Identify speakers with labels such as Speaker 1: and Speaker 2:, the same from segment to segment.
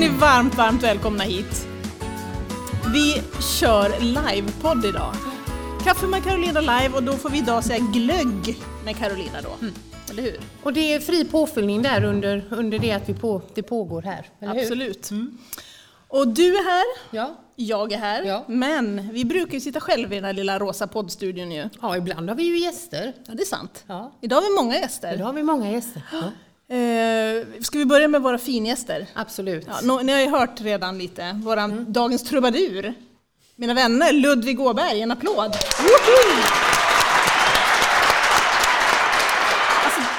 Speaker 1: varmt välkomna hit. Vi kör livepodd idag. Kaffe med Carolina live och då får vi idag säga glögg med Carolina då. Mm. Eller hur?
Speaker 2: Och det är fri påfyllning där under, under det att vi på, det pågår här, eller hur?
Speaker 1: Absolut. Mm. Och du är här,
Speaker 2: Ja.
Speaker 1: jag är här,
Speaker 2: Ja.
Speaker 1: men vi brukar ju sitta själva i den här lilla rosa poddstudion ju.
Speaker 2: ja, ibland har vi ju gäster.
Speaker 1: Ja, det är sant.
Speaker 2: Ja.
Speaker 1: Idag har vi många gäster.
Speaker 2: Idag har vi många gäster. Ja.
Speaker 1: Eh, ska vi börja med våra fingäster?
Speaker 2: Absolut.
Speaker 1: Ja, nå- ni har ju hört redan lite, våran
Speaker 2: Mm.
Speaker 1: dagens trubadur. Mina vänner, Ludvig Åberg, en applåd! Alltså,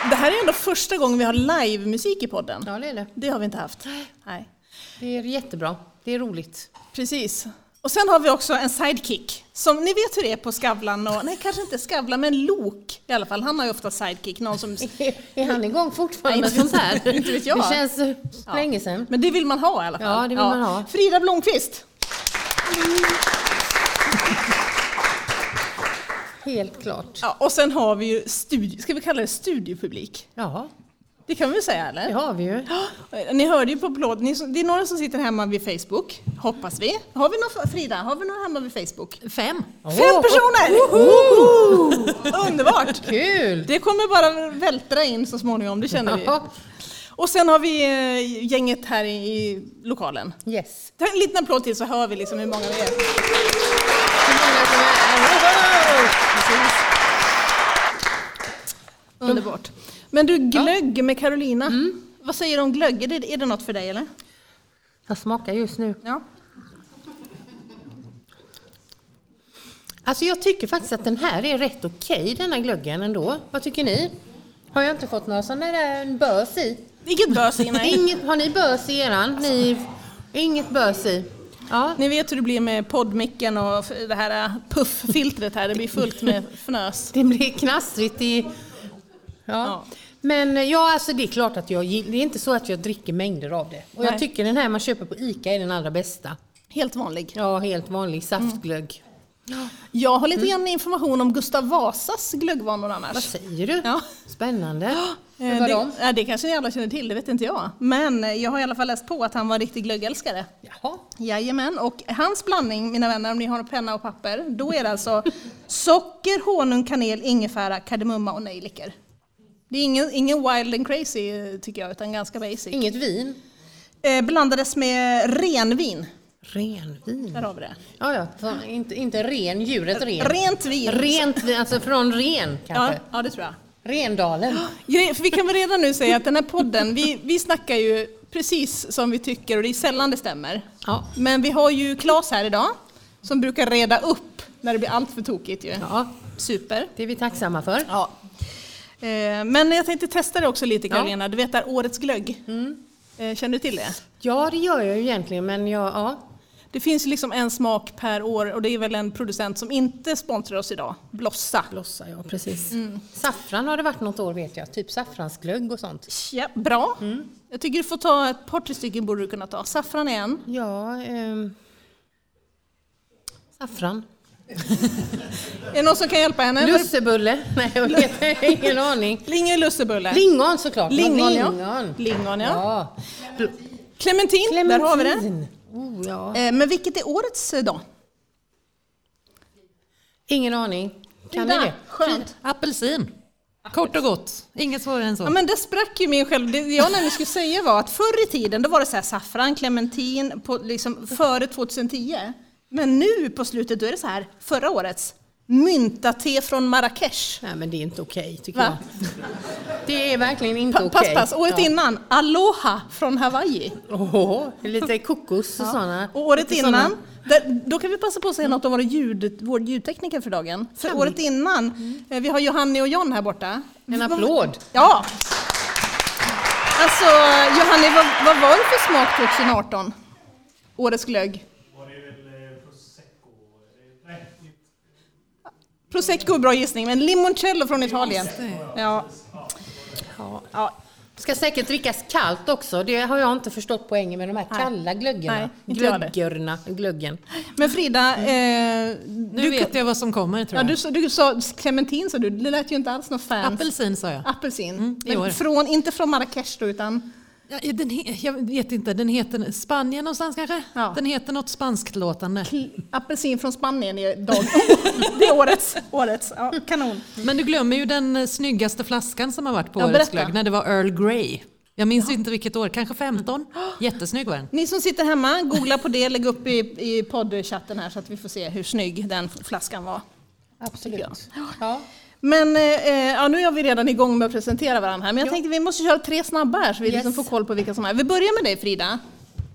Speaker 1: det här är ändå första gången vi har livemusik i podden.
Speaker 2: Ja, det är det.
Speaker 1: Det har vi inte haft. Nej.
Speaker 2: Det är jättebra. Det är roligt.
Speaker 1: Precis. Och sen har vi också en sidekick. Som ni vet hur det är på Skavlan och, nej kanske inte Skavlan, men Lok i alla fall. Han har ju ofta sidekick, någon som...
Speaker 2: Är han igång fortfarande
Speaker 1: Nej,
Speaker 2: med
Speaker 1: inte-
Speaker 2: sånt här?
Speaker 1: inte vet jag.
Speaker 2: Det känns eh,
Speaker 1: Ja.
Speaker 2: länge sedan.
Speaker 1: Men det vill man ha i alla fall.
Speaker 2: Ja, det vill man ha.
Speaker 1: Frida Blomqvist!
Speaker 2: Helt klart.
Speaker 1: Ja, och sen har vi ju studie, ska vi kalla det studiopublik?
Speaker 2: Ja,
Speaker 1: Det kan vi väl säga eller?
Speaker 2: det har vi ju.
Speaker 1: Ja, Ni hörde ju på applåd, ni, som- det är några som sitter hemma vid Facebook, hoppas vi. Har vi någon, Frida, har vi någon hemma vid Facebook?
Speaker 3: Fem.
Speaker 1: Fem
Speaker 2: Åh,
Speaker 1: personer! Underbart!
Speaker 2: Kul!
Speaker 1: Det kommer bara vältra in så småningom, det känner vi.
Speaker 2: Ja.
Speaker 1: Och sen har vi eh, gänget här i, i lokalen.
Speaker 2: Yes.
Speaker 1: Ta en liten applåd till så hör vi liksom hur många vi är.
Speaker 2: Hur många som är- Precis.
Speaker 1: Underbart. Men du, glögg med Carolina. Vad säger du om glögg? Är det, är det något för dig eller?
Speaker 2: Jag smakar just nu.
Speaker 1: Ja.
Speaker 2: Alltså jag tycker faktiskt att den här är rätt okej, denna glöggen ändå. Vad tycker ni? Har jag inte fått några sådana där eh, bös i?
Speaker 1: Vilket bös i nej.
Speaker 2: Inget, har ni bös i eran? Ni, inget bös i? Ja.
Speaker 1: Ni vet hur det blir med poddmicken och f- det här eh, pufffiltret här, det blir fullt med fnös.
Speaker 2: Det blir knastrigt i... Ja.
Speaker 1: Ja.
Speaker 2: Men ja, alltså det är klart att jag gill- Det är inte så att jag dricker mängder av det. Och
Speaker 1: Nej.
Speaker 2: jag tycker den här man köper på ICA är den allra bästa.
Speaker 1: Helt vanlig.
Speaker 2: Ja, helt vanlig saftglögg.
Speaker 1: Mm. Jag har lite grann information om Gustav Vasas glöggvanor
Speaker 2: Vad
Speaker 1: annars.
Speaker 2: säger du?
Speaker 1: Ja.
Speaker 2: Spännande.
Speaker 1: Eh,
Speaker 2: Hur var
Speaker 1: det,
Speaker 2: de?
Speaker 1: ja, det kanske ni alla känner till, det vet inte jag. Men eh, jag har i alla fall läst på att han var en riktig glöggälskare.
Speaker 2: Jaha.
Speaker 1: Jajamän, och hans blandning, mina vänner, om ni har en penna och papper, då är det alltså socker, honung, kanel, ingefära, kardemumma och nejlikor. Det är ingen, ingen wild and crazy eh, tycker jag, utan ganska basic.
Speaker 2: Inget vin?
Speaker 1: Eh, blandades med renvin.
Speaker 2: Renvin.
Speaker 1: Där har vi det.
Speaker 2: Ja, ja. så Inte, inte ren, djuret ren.
Speaker 1: Rent vin.
Speaker 2: Rent, vi- alltså från ren
Speaker 1: ja,
Speaker 2: kanske.
Speaker 1: ja, det tror jag.
Speaker 2: Rendalen.
Speaker 1: Grej- För vi kan väl redan nu säga att den här podden, vi, vi snackar ju precis som vi tycker och det är sällan det stämmer.
Speaker 2: Ja.
Speaker 1: Men vi har ju Claes här idag som brukar reda upp när det blir allt för tokigt ju.
Speaker 2: ja,
Speaker 1: Super.
Speaker 2: det är vi tacksamma för.
Speaker 1: Ja. Eh, Men jag tänkte testa det också lite Karolina, du vet där årets glögg.
Speaker 2: Mm.
Speaker 1: Eh, Känner du till det?
Speaker 2: Ja, det gör jag ju egentligen, men jag, ja.
Speaker 1: Det finns ju liksom en smak per år och det är väl en producent som inte sponsrar oss idag, Blossa.
Speaker 2: Blossa, ja precis.
Speaker 1: Mm.
Speaker 2: Saffran har det varit något år vet jag, typ saffransglögg och sånt.
Speaker 1: Ja, bra.
Speaker 3: Mm.
Speaker 1: Jag tycker du får ta ett par, tre stycken borde du kunna ta. Saffran är en.
Speaker 2: Ja, ehm, saffran.
Speaker 1: Är det någon som kan hjälpa henne?
Speaker 2: Lussebulle? Nej, jag vet ingen aning.
Speaker 1: Lingon lussebulle.
Speaker 2: Lingon såklart.
Speaker 1: Lingon, ja.
Speaker 2: Lingon.
Speaker 1: Lingon, ja.
Speaker 2: ja.
Speaker 1: Clementin, där har vi det.
Speaker 2: Clementin. Oh, ja.
Speaker 1: Eh, Men vilket är årets eh, då?
Speaker 2: Ingen aning. Kan ni
Speaker 1: Frida,
Speaker 2: det?
Speaker 1: Skönt.
Speaker 3: Apelsin. Kort och gott. Inget svårare än så.
Speaker 1: Ja, men det sprack ju min själv. Det jag nämligen skulle säga var att förr i tiden då var det så här saffran, clementin, på, liksom före 2010. Men nu på slutet då är det så här, förra årets, myntate från Marrakesh.
Speaker 2: Nej, men det är inte okej tycker
Speaker 1: Va?
Speaker 2: jag. Det är verkligen inte
Speaker 1: Pa, pass,
Speaker 2: okej.
Speaker 1: pass. Året
Speaker 2: ja.
Speaker 1: innan, aloha från Hawaii.
Speaker 2: Åhå, lite kokos och sådana.
Speaker 1: Och året
Speaker 2: lite
Speaker 1: innan,
Speaker 2: sådana.
Speaker 1: där, då kan vi passa på att säga något om våra ljud, vår ljudtekniker för dagen. För
Speaker 2: Kan Mm.
Speaker 1: året innan, eh, vi har Johanni och John här borta.
Speaker 2: En
Speaker 1: Vad-
Speaker 2: applåd.
Speaker 1: Ja! Alltså Johanni, vad, vad var det för smak 2018? Årets glögg?
Speaker 4: var det väl eh, prosecco? eh, Nej,
Speaker 1: Prosecco är bra gissning, men limoncello från Italien. Ja. ja.
Speaker 2: Ska säkert drickas kallt också. Det har jag inte förstått poängen med de här kalla glöggarna.
Speaker 1: Nej, inte jag det.
Speaker 2: Glöggorna. Glöggen.
Speaker 1: Men Frida, eh,
Speaker 3: nu
Speaker 1: du,
Speaker 3: vet jag vad som kommer tror
Speaker 1: ja,
Speaker 3: jag.
Speaker 1: du, sa- du sa clementin, sa du. det lät ju inte alls något fancy.
Speaker 3: Apelsin sa jag.
Speaker 1: Apelsin.
Speaker 3: Mm, i år.
Speaker 1: Men från, inte från Marrakesh då, utan
Speaker 3: Ja, den he, jag vet inte, den heter Spanien någonstans kanske?
Speaker 1: Ja.
Speaker 3: Den heter något spanskt låtande.
Speaker 1: Apelsin från Spanien är dag. det är årets. årets. Ja, kanon.
Speaker 3: Men du glömmer ju den eh, snyggaste flaskan som har varit på
Speaker 1: Ja,
Speaker 3: Årets
Speaker 1: berätta.
Speaker 3: glögg, när det var Earl Grey. Jag minns inte vilket år, kanske 15? Jättesnygg var den.
Speaker 1: Ni som sitter hemma, googla på det, lägg upp i, i poddchatten här så att vi får se hur snygg den flaskan var.
Speaker 2: Absolut.
Speaker 1: Tycker
Speaker 2: Ja.
Speaker 1: Men eh, eh, ja, nu är vi redan igång med att presentera varandra här, men jag tänkte vi måste köra tre snabba här så vi
Speaker 2: Yes.
Speaker 1: liksom får koll på vilka som är. Vi börjar med dig Frida.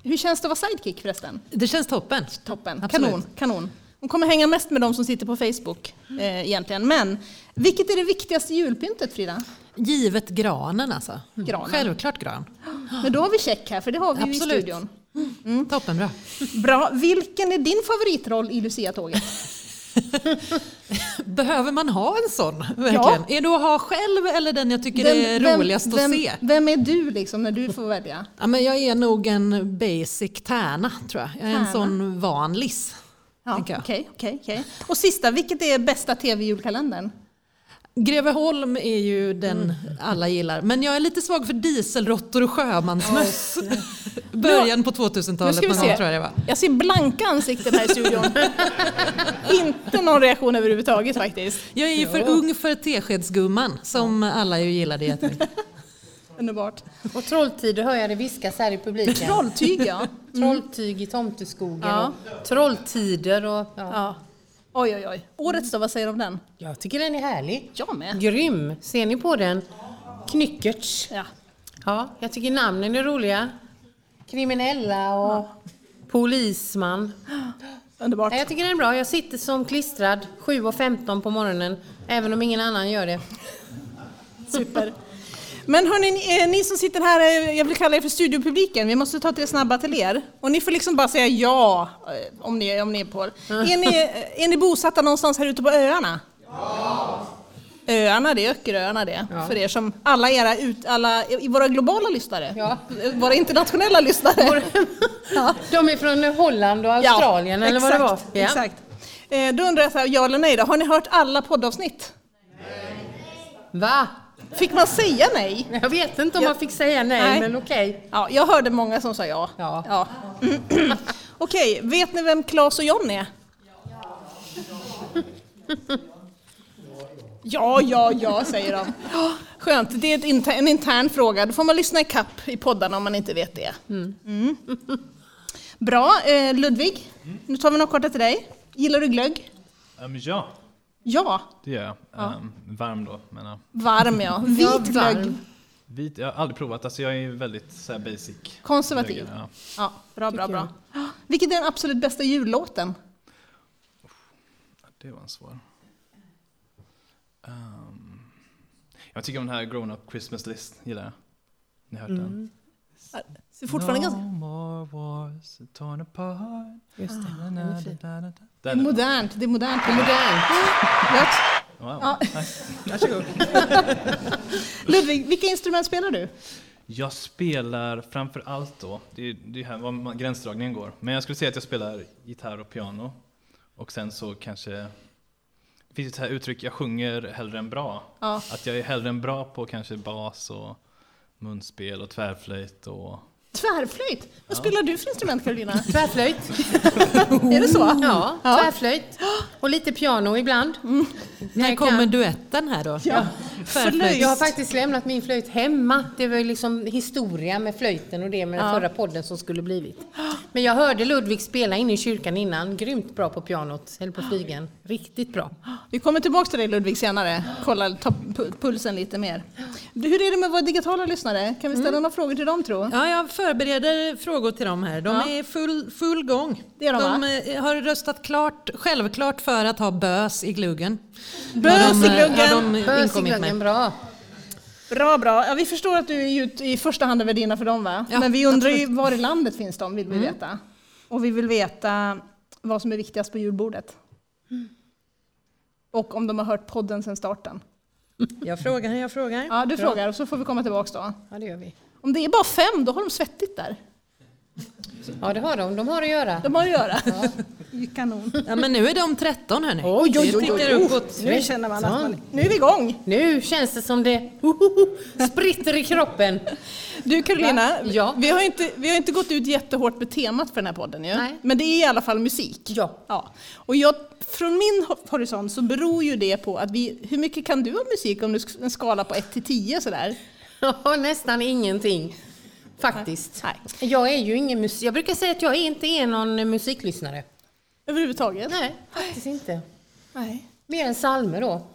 Speaker 1: Hur känns det att vara sidekick förresten?
Speaker 3: Det känns toppen.
Speaker 1: Toppen,
Speaker 3: Absolut.
Speaker 1: kanon, kanon. Hon kommer hänga mest med de som sitter på Facebook eh, egentligen. Men vilket är det viktigaste julpyntet Frida?
Speaker 3: Givet granen alltså.
Speaker 1: Granen.
Speaker 3: Självklart gran.
Speaker 1: Men då har vi check här, för det har vi ju i
Speaker 3: Absolut.
Speaker 1: studion.
Speaker 3: Mm. Toppenbra.
Speaker 1: Bra. Vilken är din favoritroll i Lucia-tåget?
Speaker 3: Behöver man ha en sån? Verkligen. Är det att ha själv eller den jag tycker är roligast att
Speaker 1: vem,
Speaker 3: se?
Speaker 1: Vem är du liksom när du får välja?
Speaker 3: Ja, men jag är nog en basic tärna tror jag. Jag är
Speaker 1: Tärna.
Speaker 3: en sån vanlis.
Speaker 1: Ja,
Speaker 3: tänker
Speaker 1: Okej,
Speaker 3: jag.
Speaker 1: okej, okej. Och sista, vilket är bästa tv-julkalendern?
Speaker 3: Greveholm är ju den
Speaker 1: Mm.
Speaker 3: alla gillar. Men jag är lite svag för dieselråttor och sjömansmöss. Början på 2000-talet någon gång, tror jag det var.
Speaker 1: Jag ser blanka ansikten här i studion. Inte någon reaktion överhuvudtaget faktiskt.
Speaker 3: Jag är ju för ung för Teskedsgumman som alla ju gillade jättemycket.
Speaker 1: Underbart.
Speaker 2: Och trolltyg, då hör jag det viskas här i publiken.
Speaker 1: Trolltyg ja.
Speaker 2: Trolltyg i tomteskogen.
Speaker 1: Mm. Ja.
Speaker 2: Och trolltider och... Ja.
Speaker 1: ja. Oj, oj, oj. Årets då, vad säger du om den?
Speaker 2: Jag tycker den är härlig.
Speaker 1: Jag med.
Speaker 2: Grym! Ser ni på den? Knyckerts.
Speaker 1: Ja.
Speaker 2: Ja, jag tycker namnen är roliga. Kriminella och polisman.
Speaker 1: Underbart.
Speaker 2: Ja, jag tycker den är bra. Jag sitter som klistrad 7.15 på morgonen, även om ingen annan gör det.
Speaker 1: Super. Men hörni, ni, eh, ni som sitter här, eh, jag vill kalla er för studiopubliken, vi måste ta tre snabba till er. Och ni får liksom bara säga ja eh, om ni, om ni är på. Är ni, eh, är ni bosatta någonstans här ute på öarna? Ja! Öarna, det är Öckeröarna det. För er som, alla era, ut, alla, i- våra globala lyssnare.
Speaker 2: Ja.
Speaker 1: Eh, Våra internationella lyssnare. Ja.
Speaker 2: De är från Holland och Australien eller vad det var.
Speaker 1: exakt, Exakt. Eh, Då undrar jag så här, ja eller nej då, har ni hört alla poddavsnitt?
Speaker 2: Va?
Speaker 1: Fick man säga nej?
Speaker 2: Jag vet inte om
Speaker 1: Ja.
Speaker 2: man fick säga nej,
Speaker 1: Nej.
Speaker 2: men okej.
Speaker 1: Ja, jag hörde många som sa ja.
Speaker 2: Ja.
Speaker 1: Mm. Okej, vet ni vem Claes och John är? Ja, ja, ja, säger de. Ja, Skönt, det är ett inter- en intern fråga. Då får man lyssna i kapp i poddarna om man inte vet det. Mm. Bra, eh, Ludvig. Nu tar vi något korta till dig. Gillar du glögg?
Speaker 4: Um, ja,
Speaker 1: Ja,
Speaker 4: det gör jag. Ehm, varm då, men ja.
Speaker 1: varm ja. Vit
Speaker 2: Ja, varm.
Speaker 1: glögg.
Speaker 4: Vit, jag har aldrig provat, alltså jag är ju väldigt så här, basic.
Speaker 1: Konservativ.
Speaker 4: Lägger, Ja.
Speaker 1: Ja, bra, bra, bra. Vilken är den absolut bästa jullåten?
Speaker 4: Det var en svår. Ehm, jag tycker om den här Grown Up Christmas List, gillar jag. Ni har hört den?
Speaker 1: Så fortfarande ganska...
Speaker 4: No more wars, torn apart. Just det, den är fin.
Speaker 1: Det är modernt, det är modernt. Det är modernt.
Speaker 4: Wow.
Speaker 1: Ja.
Speaker 4: Nice. Varsågod.
Speaker 1: Ludvig, vilka instrument spelar du?
Speaker 4: Jag spelar framför allt då, det är, det är här var man- gränsdragningen går, men jag skulle säga att jag spelar gitarr och piano. Och sen så kanske, det finns ju ett här uttryck, jag sjunger hellre än bra.
Speaker 1: Ja.
Speaker 4: Att jag är hellre än bra på kanske bas och munspel och tvärflöjt och
Speaker 1: Tvärflöjt? Vad spelar du för instrument Karolina?
Speaker 2: Tvärflöjt.
Speaker 1: Är det så?
Speaker 2: Ja,
Speaker 1: Ja.
Speaker 2: tvärflöjt. Och lite piano ibland.
Speaker 3: När
Speaker 2: Jag
Speaker 3: kommer
Speaker 2: kan-
Speaker 3: duetten här då?
Speaker 1: Ja.
Speaker 2: Jag har
Speaker 1: Flöjt.
Speaker 2: faktiskt lämnat min flöjt hemma. Det var ju liksom historia med flöjten och det med den förra podden som skulle blivit. Men jag hörde Ludvig spela inne i kyrkan innan. Grymt bra på pianot, eller på flygeln. Riktigt bra.
Speaker 1: Vi kommer tillbaka till dig Ludvig senare, kolla ta pu- pulsen lite mer. Du, Hur är det med våra digitala lyssnare? Kan vi ställa några frågor till dem tro?
Speaker 3: Mm. Ja, jag förbereder frågor till dem här. De
Speaker 1: Ja.
Speaker 3: är i full, full gång.
Speaker 1: Det är de,
Speaker 3: eh, har röstat klart, självklart för att ha bös i gluggen.
Speaker 1: Bös i
Speaker 3: Har de, eh,
Speaker 1: gluggen!
Speaker 3: Har de
Speaker 2: Bös i
Speaker 3: inkommit med.
Speaker 2: glöggen, bra.
Speaker 1: Bra, bra. Ja, vi förstår att du är ju i första hand en värdinna för dem va?
Speaker 3: Ja, Mm.
Speaker 1: Men vi undrar ju var i landet finns de, vill vi veta. Och vi vill veta vad som är viktigast på julbordet. Och om de har hört podden sedan starten.
Speaker 3: Jag frågar, jag frågar.
Speaker 1: Ja, du frågar och så får vi komma tillbaka då.
Speaker 2: Ja, det gör vi.
Speaker 1: Om det är bara fem, då har de svettigt där.
Speaker 2: Ja, det har de. De har att göra.
Speaker 1: De har att göra. Kanon.
Speaker 3: Ja, men nu är de 13 här nu.
Speaker 2: Oj, oj, oj,
Speaker 3: Det
Speaker 2: oj.
Speaker 3: tickar uppåt.
Speaker 1: Nu känner man att man,
Speaker 2: Tretton.
Speaker 1: nu är vi igång.
Speaker 2: Nu känns det som det spritter i kroppen.
Speaker 1: Du Carolina,
Speaker 2: Va? Ja.
Speaker 1: vi, har inte, vi har inte gått ut jättehårt med temat för den här podden ju.
Speaker 2: Nej.
Speaker 1: Men det är i alla fall musik.
Speaker 2: Ja.
Speaker 1: Ja. Och jag, från min ho- horisont så beror ju det på att vi, hur mycket kan du om musik om du sk- en skala på 1 till 10 sådär?
Speaker 2: Ja, nästan ingenting. Faktiskt.
Speaker 1: Nej.
Speaker 2: Jag är ju ingen musik... Jag brukar säga att jag inte är någon musiklyssnare.
Speaker 1: Överhuvudtaget?
Speaker 2: Nej, faktiskt inte.
Speaker 1: Nej.
Speaker 2: Mer än psalmer då.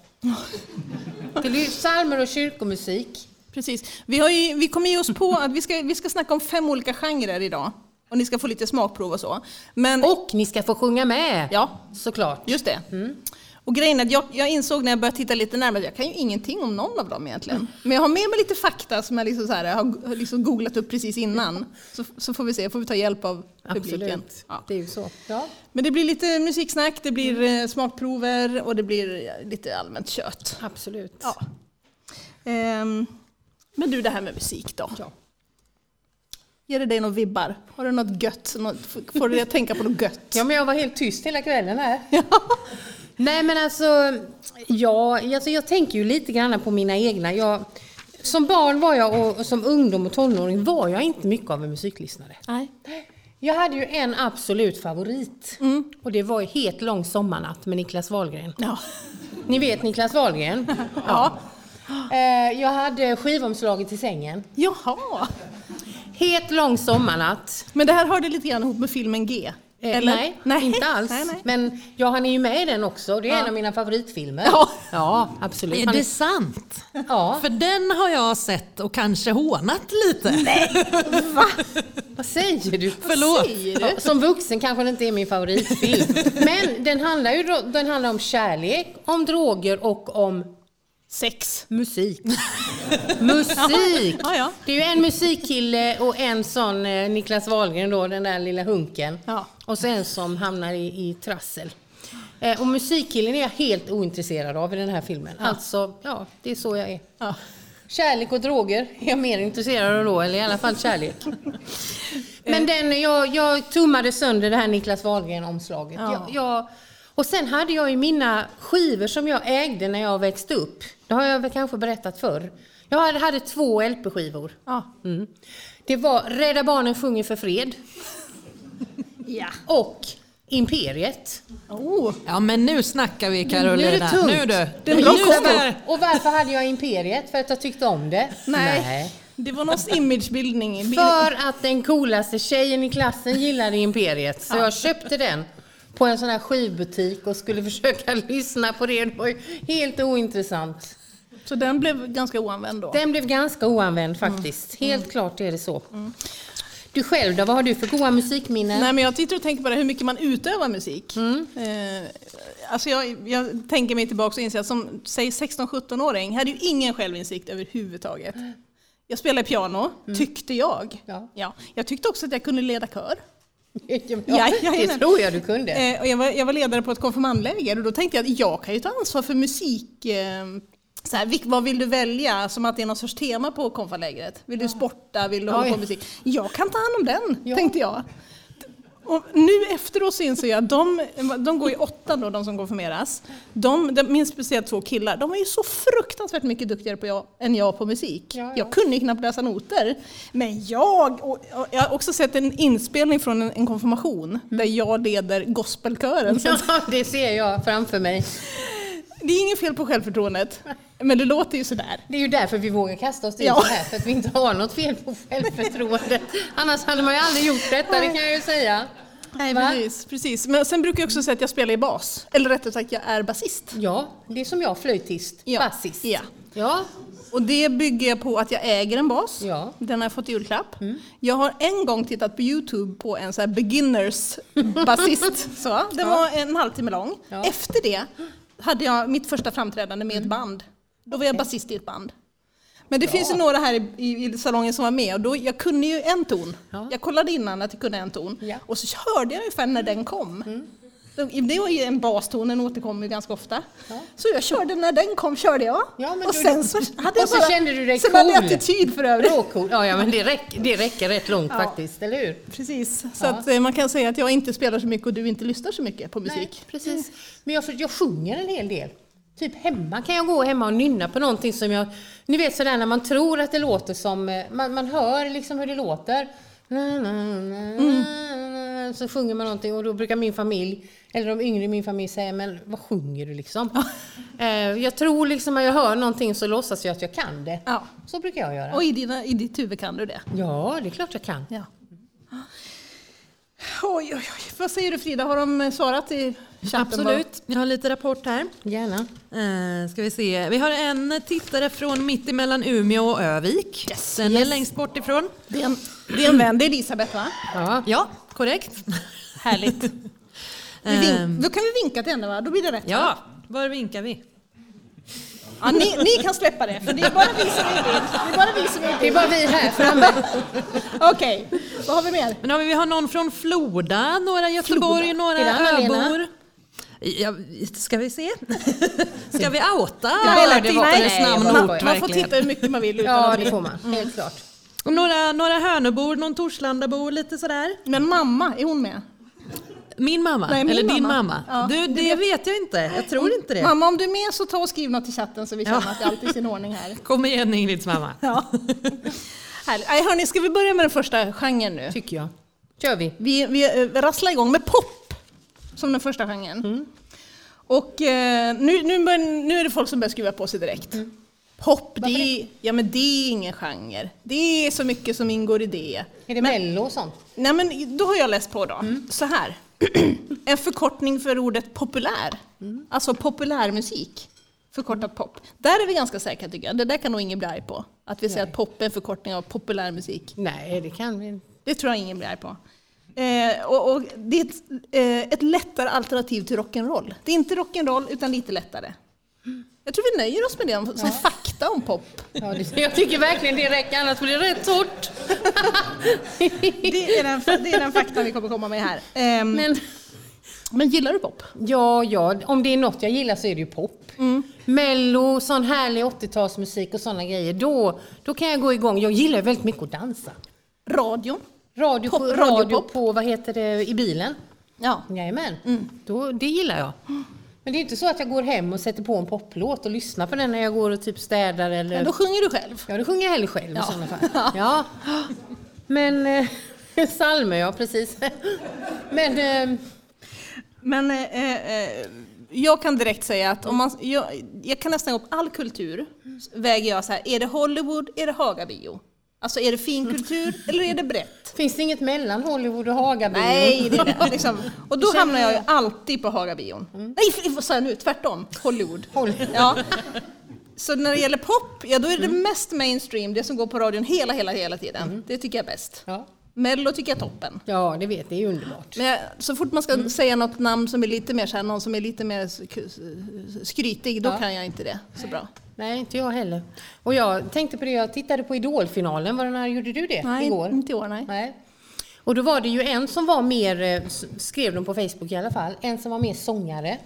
Speaker 2: Det är ju psalmer och kyrkomusik.
Speaker 1: Precis. Vi, har ju, vi kom ju oss på att vi ska, vi ska snacka om fem olika genrer idag. Och ni ska få lite smakprov och så. Men,
Speaker 2: Och ni ska få sjunga med!
Speaker 1: Ja,
Speaker 2: Såklart.
Speaker 1: just det.
Speaker 2: Mm.
Speaker 1: Och grejen är att jag, jag insåg när jag började titta lite närmare att jag kan ju ingenting om någon av dem
Speaker 2: Mm.
Speaker 1: egentligen. Men jag har med mig lite fakta som jag liksom så här, har har liksom googlat upp precis innan. Så, så får vi se, får vi ta hjälp av publiken.
Speaker 2: Absolut.
Speaker 1: Ja.
Speaker 2: Det är ju så. Ja.
Speaker 1: Men det blir lite musiksnack, det blir
Speaker 2: Mm.
Speaker 1: eh, smakprover och det blir eh, lite allmänt kött.
Speaker 2: Absolut.
Speaker 1: Ja. Ehm, men du, det här med musik då?
Speaker 2: Ja.
Speaker 1: Ger det dig några vibbar? Har du något gött? Något, f- får du dig att tänka på något gött?
Speaker 2: Ja, men jag var helt tyst hela kvällen här. Nej, men alltså, ja, alltså, jag tänker ju lite grann på mina egna. Jag, som barn var jag och, och som ungdom och tonåring var jag inte mycket av en musiklyssnare.
Speaker 1: Nej.
Speaker 2: Jag hade ju en absolut favorit
Speaker 1: Mm.
Speaker 2: och det var ju Het lång sommarnatt med Niklas Wahlgren.
Speaker 1: Ja.
Speaker 2: Ni vet Niklas Wahlgren?
Speaker 1: ja.
Speaker 2: Eh, jag hade skivomslaget i sängen.
Speaker 1: Jaha!
Speaker 2: Het lång sommarnatt.
Speaker 1: Men det här hörde lite grann ihop med filmen G?
Speaker 2: Eh,
Speaker 1: eller?
Speaker 2: Nej, inte alls.
Speaker 1: Nej, nej.
Speaker 2: Men ja, han är ju med i den också. Det är en av mina favoritfilmer.
Speaker 1: Ja.
Speaker 2: Ja, absolut.
Speaker 3: Är
Speaker 2: Han
Speaker 3: det
Speaker 2: är,
Speaker 3: sant?
Speaker 2: ja.
Speaker 3: För den har jag sett och kanske hånat lite.
Speaker 2: Vad säger du?
Speaker 3: Förlåt.
Speaker 1: Säger
Speaker 2: Ja,
Speaker 1: du?
Speaker 2: Som vuxen kanske det inte är min favoritfilm. Men den handlar ju då- den handlar om kärlek, om droger och om
Speaker 1: Sex.
Speaker 2: musik. musik!
Speaker 1: Ja, ja.
Speaker 2: Det är ju en musikkille och en sån eh, Niklas Wahlgren då, den där lilla hunken.
Speaker 1: Ja.
Speaker 2: Och så en som hamnar i, i trassel. Eh, och musikkillen är jag helt ointresserad av i den här filmen. Alltså, ja, det är så jag är.
Speaker 1: Ja.
Speaker 2: Kärlek och droger är jag mer intresserad av då, eller i alla fall kärlek. Men den, jag, jag tummade sönder det här Niklas Wahlgren-omslaget.
Speaker 1: Ja.
Speaker 2: Jag, jag, och sen hade jag ju mina skivor som jag ägde när jag växte upp. Det har jag väl kanske berättat förr. Jag hade, hade två LP-skivor.
Speaker 1: Ja.
Speaker 2: Mm. Det var Rädda Barnen sjunger för fred
Speaker 1: ja.
Speaker 2: och Imperiet.
Speaker 1: Oh.
Speaker 3: Ja men nu snackar vi Carolina.
Speaker 2: Nu är det tungt.
Speaker 3: Nu du.
Speaker 1: Det är bra
Speaker 3: nu
Speaker 1: kombo.
Speaker 3: där.
Speaker 2: Och varför hade jag Imperiet? För att jag tyckte om det?
Speaker 1: Nej. Det var någons imagebildning. i bild-
Speaker 2: För att den coolaste tjejen i klassen gillade Imperiet. Så jag köpte den på en sån här skivbutik och skulle försöka lyssna på det. Det var ju helt ointressant.
Speaker 1: Så den blev ganska oanvänd då.
Speaker 2: Den blev ganska oanvänd faktiskt. Helt klart är det så. Du själv då, vad har du för goa musikminnen?
Speaker 1: Nej, men jag sitter och tänker på det, hur mycket man utövar musik.
Speaker 2: Mm.
Speaker 1: Eh, alltså jag, jag tänker mig tillbaka och inser att som säg 16-17-åring hade ju ingen självinsikt överhuvudtaget. Jag spelade piano, tyckte jag.
Speaker 2: Mm. Ja.
Speaker 1: Jag tyckte också att jag kunde leda kör.
Speaker 2: Ja, det
Speaker 1: Jajamän.
Speaker 2: tror jag du kunde.
Speaker 1: Eh, och jag, var, jag var ledare på ett konfirmandläger och då tänkte jag att jag kan ju ta ansvar för musik. Eh, så här, vilk, vad vill du välja? Som att det är någon sorts tema på konfalägret. Vill du sporta? Vill du hålla
Speaker 2: Oj.
Speaker 1: på med musik? Jag kan ta hand om den,
Speaker 2: Ja.
Speaker 1: tänkte jag. Och nu efteråt så inser jag att de, de går i åttan då, de som konfirmeras. De, de, min speciellt två killar, de är ju så fruktansvärt mycket duktigare på jag, än jag på musik.
Speaker 2: Ja, ja.
Speaker 1: Jag kunde ju knappt läsa noter. Men jag, och, och jag har också sett en inspelning från en, en konfirmation där jag leder gospelkören. Så
Speaker 2: Mm. Ja, det ser jag framför mig.
Speaker 1: det är inget fel på självförtroendet, men det låter ju sådär.
Speaker 2: Det är ju därför vi vågar kasta oss ut
Speaker 1: Ja.
Speaker 2: så här, för att vi inte har något fel på självförtroendet. Annars hade man ju aldrig gjort detta, det kan jag ju säga.
Speaker 1: Nej,
Speaker 2: Va?
Speaker 1: precis, precis. Men sen brukar jag också säga att jag spelar i bas, eller rättare sagt jag är basist.
Speaker 2: Ja, det är som jag, flöjtist,
Speaker 1: Ja.
Speaker 2: basist.
Speaker 1: Ja.
Speaker 2: Ja,
Speaker 1: Och det bygger jag på att jag äger en bas.
Speaker 2: Ja. Mm.
Speaker 1: Den har jag fått i julklapp. Jag har en gång tittat på Youtube på en så här beginners basist. så, den var en halvtimme lång.
Speaker 2: Ja. Mm.
Speaker 1: Efter det hade jag mitt första framträdande med ett band. Då var jag basist i ett band. Men det finns ju några här i, i, i salongen som var med och då, jag kunde ju en ton.
Speaker 2: Ja.
Speaker 1: Jag kollade innan att jag kunde en ton.
Speaker 2: Ja. Mm.
Speaker 1: Och så hörde jag ungefär när den kom. De- Det var ju en bastonen återkommer ju ganska ofta.
Speaker 2: Ja.
Speaker 1: Så jag körde, när den kom körde jag.
Speaker 2: Ja, men
Speaker 1: och
Speaker 2: du-
Speaker 1: sen så hade jag
Speaker 2: och så
Speaker 1: bara,
Speaker 2: kände du dig
Speaker 1: sen hade jag
Speaker 2: cool.
Speaker 1: attityd för övrigt.
Speaker 2: Råcool. Ja, ja, men det, räck, det räcker rätt långt
Speaker 1: Ja.
Speaker 2: faktiskt, eller hur?
Speaker 1: Precis, så att eh, man kan säga att jag inte spelar så mycket och du inte lyssnar så mycket på musik.
Speaker 2: Nej, precis. Mm. Men jag, för- jag sjunger en hel del. Typ hemma kan jag gå hemma och nynna på någonting som jag... Ni vet sådär när man tror att det låter som... eh, Man, man hör liksom hur det låter. Na, na, na, na, na, Så sjunger man någonting och då brukar min familj, eller de yngre i min familj säga men vad sjunger du liksom? Eh, jag tror liksom att jag hör någonting så låtsas jag att jag kan det.
Speaker 1: Ja.
Speaker 2: Så brukar jag göra.
Speaker 1: Och i, dina, i ditt huvud kan du det.
Speaker 2: Ja, det är klart jag kan.
Speaker 1: Ja. Oj, oj, oj. Vad säger du Frida, har de eh, svarat i chatten?
Speaker 3: Absolut, jag har lite rapport här.
Speaker 2: Gärna.
Speaker 3: Eh, ska vi se. Vi har en tittare från mitt emellan Umeå och Övik. Den är längst bort ifrån.
Speaker 1: Det är en, det är en vän, det är Elisabeth va?
Speaker 2: Ja.
Speaker 3: Ja, korrekt. Ehm,
Speaker 1: Härligt. Vi vink, då kan vi vinka till henne va? Då blir det rätt.
Speaker 3: Ja, var vinkar vi?
Speaker 1: Ja, ni, ni kan släppa det, för det är bara vi som är i bild. Det är bara vi som är i
Speaker 2: Det är
Speaker 1: bild.
Speaker 2: bara vi här framme.
Speaker 1: Okej, vad har vi mer?
Speaker 3: Men har vi, vi har någon från Floda, några Göteborg, några
Speaker 2: Är det Anna-Lena?
Speaker 3: öbor. Ja, ska vi se? Ska vi outa
Speaker 1: Nej,
Speaker 3: alla
Speaker 1: det-
Speaker 3: tittares
Speaker 2: nej,
Speaker 3: namn
Speaker 2: jag bara
Speaker 3: och
Speaker 1: Man,
Speaker 3: ort
Speaker 1: man får
Speaker 3: verkligen?
Speaker 1: titta hur mycket man vill utan
Speaker 2: Ja,
Speaker 1: att
Speaker 2: det
Speaker 1: bli-
Speaker 2: får man. Helt klart.
Speaker 3: Och några, några Hönöbor, någon Torslandabor, lite sådär.
Speaker 1: Men mamma, är hon med?
Speaker 3: Min mamma,
Speaker 1: Nej, min
Speaker 3: eller din
Speaker 1: mamma.
Speaker 3: mamma.
Speaker 1: Ja.
Speaker 3: Du, det vet jag Mm. inte. Jag tror inte det.
Speaker 1: Mamma, om du är med så ta och skriv något i chatten så vi känner
Speaker 3: Ja.
Speaker 1: att allt är i sin ordning här.
Speaker 3: Kom igen Ingrids mamma.
Speaker 1: Ja. Härligt. Nej, hörni, ska vi börja med den första genren nu?
Speaker 2: Tycker jag. Kör vi.
Speaker 1: Vi, vi eh, rasslar igång med pop som den första genren.
Speaker 3: Mm.
Speaker 1: Och eh, nu, nu, bör, nu är det folk som börjar skruva på sig direkt.
Speaker 3: Mm.
Speaker 1: Pop, det är, ja, men det är ingen genre. Det är så mycket som ingår i det.
Speaker 2: Är det Mello och sånt?
Speaker 1: Nej, men då har jag läst på då. Så här. en förkortning för ordet populär. Alltså populärmusik. Förkortat pop. Där är vi ganska säkra tycker jag. Det där kan nog ingen bli arg på. Att vi säger att pop är en förkortning av populärmusik.
Speaker 2: Nej, det kan vi inte.
Speaker 1: Det tror jag ingen blir arg på. Eh, och, och det är ett, eh, ett lättare alternativ till rock'n'roll. Det är inte rock'n'roll, utan lite lättare. Jag tror vi nöjer oss med det om- som fakta om pop.
Speaker 2: Ja, det, jag tycker verkligen det räcker, annars blir det rätt torrt.
Speaker 1: Det är den, fa- det är den fakta vi kommer komma med här. Ehm, men,
Speaker 2: Men
Speaker 1: gillar du pop?
Speaker 2: ja, ja, om det är något jag gillar så är det ju pop. Mello, sån härlig 80-talsmusik och såna grejer. Då, då kan jag gå igång. Jag gillar väldigt mycket att dansa.
Speaker 1: Radio?
Speaker 2: Radio,
Speaker 1: Pop-
Speaker 2: på,
Speaker 1: radiopop.
Speaker 2: radio på, vad heter det, i bilen.
Speaker 1: Ja.
Speaker 2: Jajamän, då, det gillar jag. Men det är inte så att jag går hem och sätter på en poplåt och lyssnar på den när jag går och typ städar eller...
Speaker 1: Men då sjunger du själv.
Speaker 2: Ja, då sjunger jag hellre själv
Speaker 1: Ja.
Speaker 2: i sådana fall. Ja. Men... Eh, Salmer, ja precis. Men... Eh,
Speaker 1: Men eh, eh, jag kan direkt säga att om man, jag, jag kan nästan gå upp all kultur, väger jag så här, är det Hollywood, är det Hagabio? Alltså är det finkultur eller är det brett?
Speaker 2: finns det inget mellan Hollywood och Hagabion?
Speaker 1: Nej, det är det. Liksom. Och då hamnar jag ju alltid på Hagabion. Nej, för, vad sa jag nu? Tvärtom. Hollywood.
Speaker 2: Hollywood.
Speaker 1: Ja. Så när det gäller pop, ja då är det mest mainstream, det som går på radion hela, hela, hela tiden. Det tycker jag är bäst.
Speaker 2: Ja.
Speaker 1: Mello tycker jag är toppen.
Speaker 2: ja, det vet, det är underbart.
Speaker 1: Men jag, så fort man ska säga något namn som är lite mer så här, någon som är lite mer sk- skrytig, då
Speaker 2: Ja.
Speaker 1: kan jag inte det så bra.
Speaker 2: Nej, inte jag heller. Och jag tänkte på det, jag tittade på Idolfinalen, var det när gjorde du det?
Speaker 1: Nej,
Speaker 2: Igår?
Speaker 1: inte i år, nej.
Speaker 2: Nej. Och då var det ju en som var mer, eh, s- skrev de på Facebook i alla fall, en som var mer sångare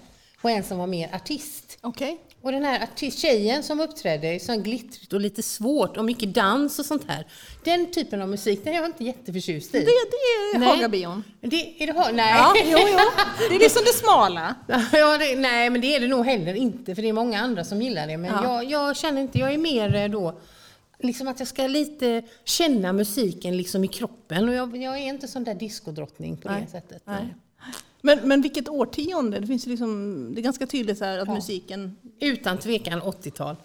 Speaker 2: och en som var mer artist.
Speaker 1: Okej.
Speaker 2: Och den här artist, tjejen som uppträdde, i sån glittrigt och lite svårt och mycket dans och sånt här. Den typen av musik, den är jag inte jätteförtjust i.
Speaker 1: Det, det är
Speaker 2: Nej.
Speaker 1: Hagabion.
Speaker 2: Det, är det, ha- nej.
Speaker 1: Ja, jo, jo. Det är liksom det smala.
Speaker 2: Ja, det, nej, men det är det nog heller inte, för det är många andra som gillar det. Men
Speaker 1: Ja.
Speaker 2: jag, jag känner inte, jag är mer eh, då, liksom att jag ska lite känna musiken liksom i kroppen. Och jag, jag är inte sån där diskodrottning på det sättet.
Speaker 1: Nej. Men, men vilket årtionde? Det, finns ju liksom, det är ganska tydligt så här att musiken...
Speaker 2: Utan tvekan 80-tal.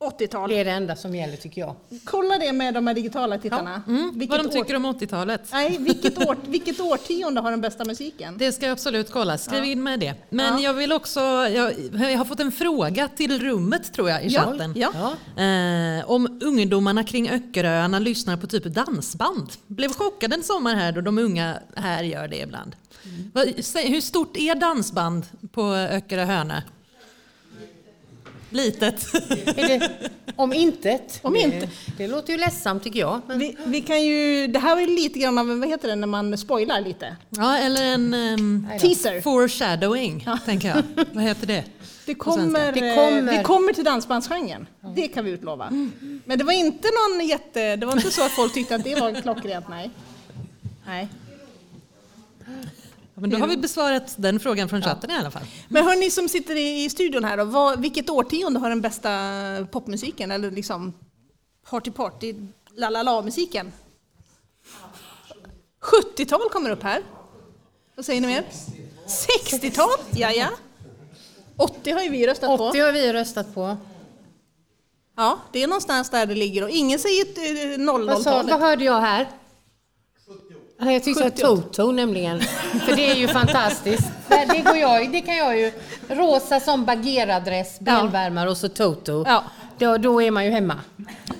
Speaker 1: 80-tal.
Speaker 2: Det är det enda som gäller tycker jag.
Speaker 1: Kolla det med de här digitala tittarna.
Speaker 3: Mm, vad de
Speaker 1: år-
Speaker 3: tycker om 80-talet.
Speaker 1: Nej, vilket, år, vilket årtionde har den bästa musiken?
Speaker 3: Det ska jag absolut kolla, skriv in med det. Men jag vill också, jag, jag har fått en fråga till rummet tror jag i
Speaker 1: Ja,
Speaker 3: chatten.
Speaker 1: ja.
Speaker 3: Eh, om ungdomarna kring Öckeröarna lyssnar på typ dansband. Blev chockad en sommar här då de unga här gör det ibland.
Speaker 1: Mm.
Speaker 3: Vad- säg, Hur stort är dansband på Öckerö Hörna? Litet.
Speaker 2: Är det, om intet.
Speaker 1: Om
Speaker 2: det,
Speaker 1: inte.
Speaker 2: Det låter ju ledsamt tycker jag. Men
Speaker 1: Vi, vi kan ju, det här var ju lite grann av, en- vad heter det när man spoilar lite?
Speaker 3: Ja, eller en ehm,
Speaker 2: Nej då.
Speaker 1: Teaser.
Speaker 3: foreshadowing, tänker jag. Vad heter det?
Speaker 1: Det
Speaker 3: svenska.
Speaker 1: kommer,
Speaker 2: Det
Speaker 1: det
Speaker 2: kommer.
Speaker 1: kommer. Det kommer till dansbandsgenren. Det kan vi utlova. Men det var inte någon jätte, det var inte så att folk tyckte att det var klockrent, nej. Nej.
Speaker 3: Ja, men då har vi besvarat den frågan från chatten i alla fall.
Speaker 1: Men hörni som sitter i, i studion här då, vad, vilket årtionde har den bästa popmusiken eller liksom party party la la la musiken? 70-tal kommer upp här. Vad säger ni mer? 60-tal, ja ja. 80 har ju vi röstat på.
Speaker 2: 80 har vi röstat på.
Speaker 1: Ja, det är någonstans där det ligger och ingen säger eh,
Speaker 2: Vad, sa, vad
Speaker 1: 00-talet.
Speaker 2: hörde jag här? Nej, jag tyckte jag
Speaker 1: 78.
Speaker 2: Toto nämligen. För det är ju fantastiskt. Det, det, går jag, ju- det kan jag ju. Rosa som bagheradress, benvärmare och så Toto.
Speaker 1: Ja.
Speaker 2: Då, då är man ju hemma.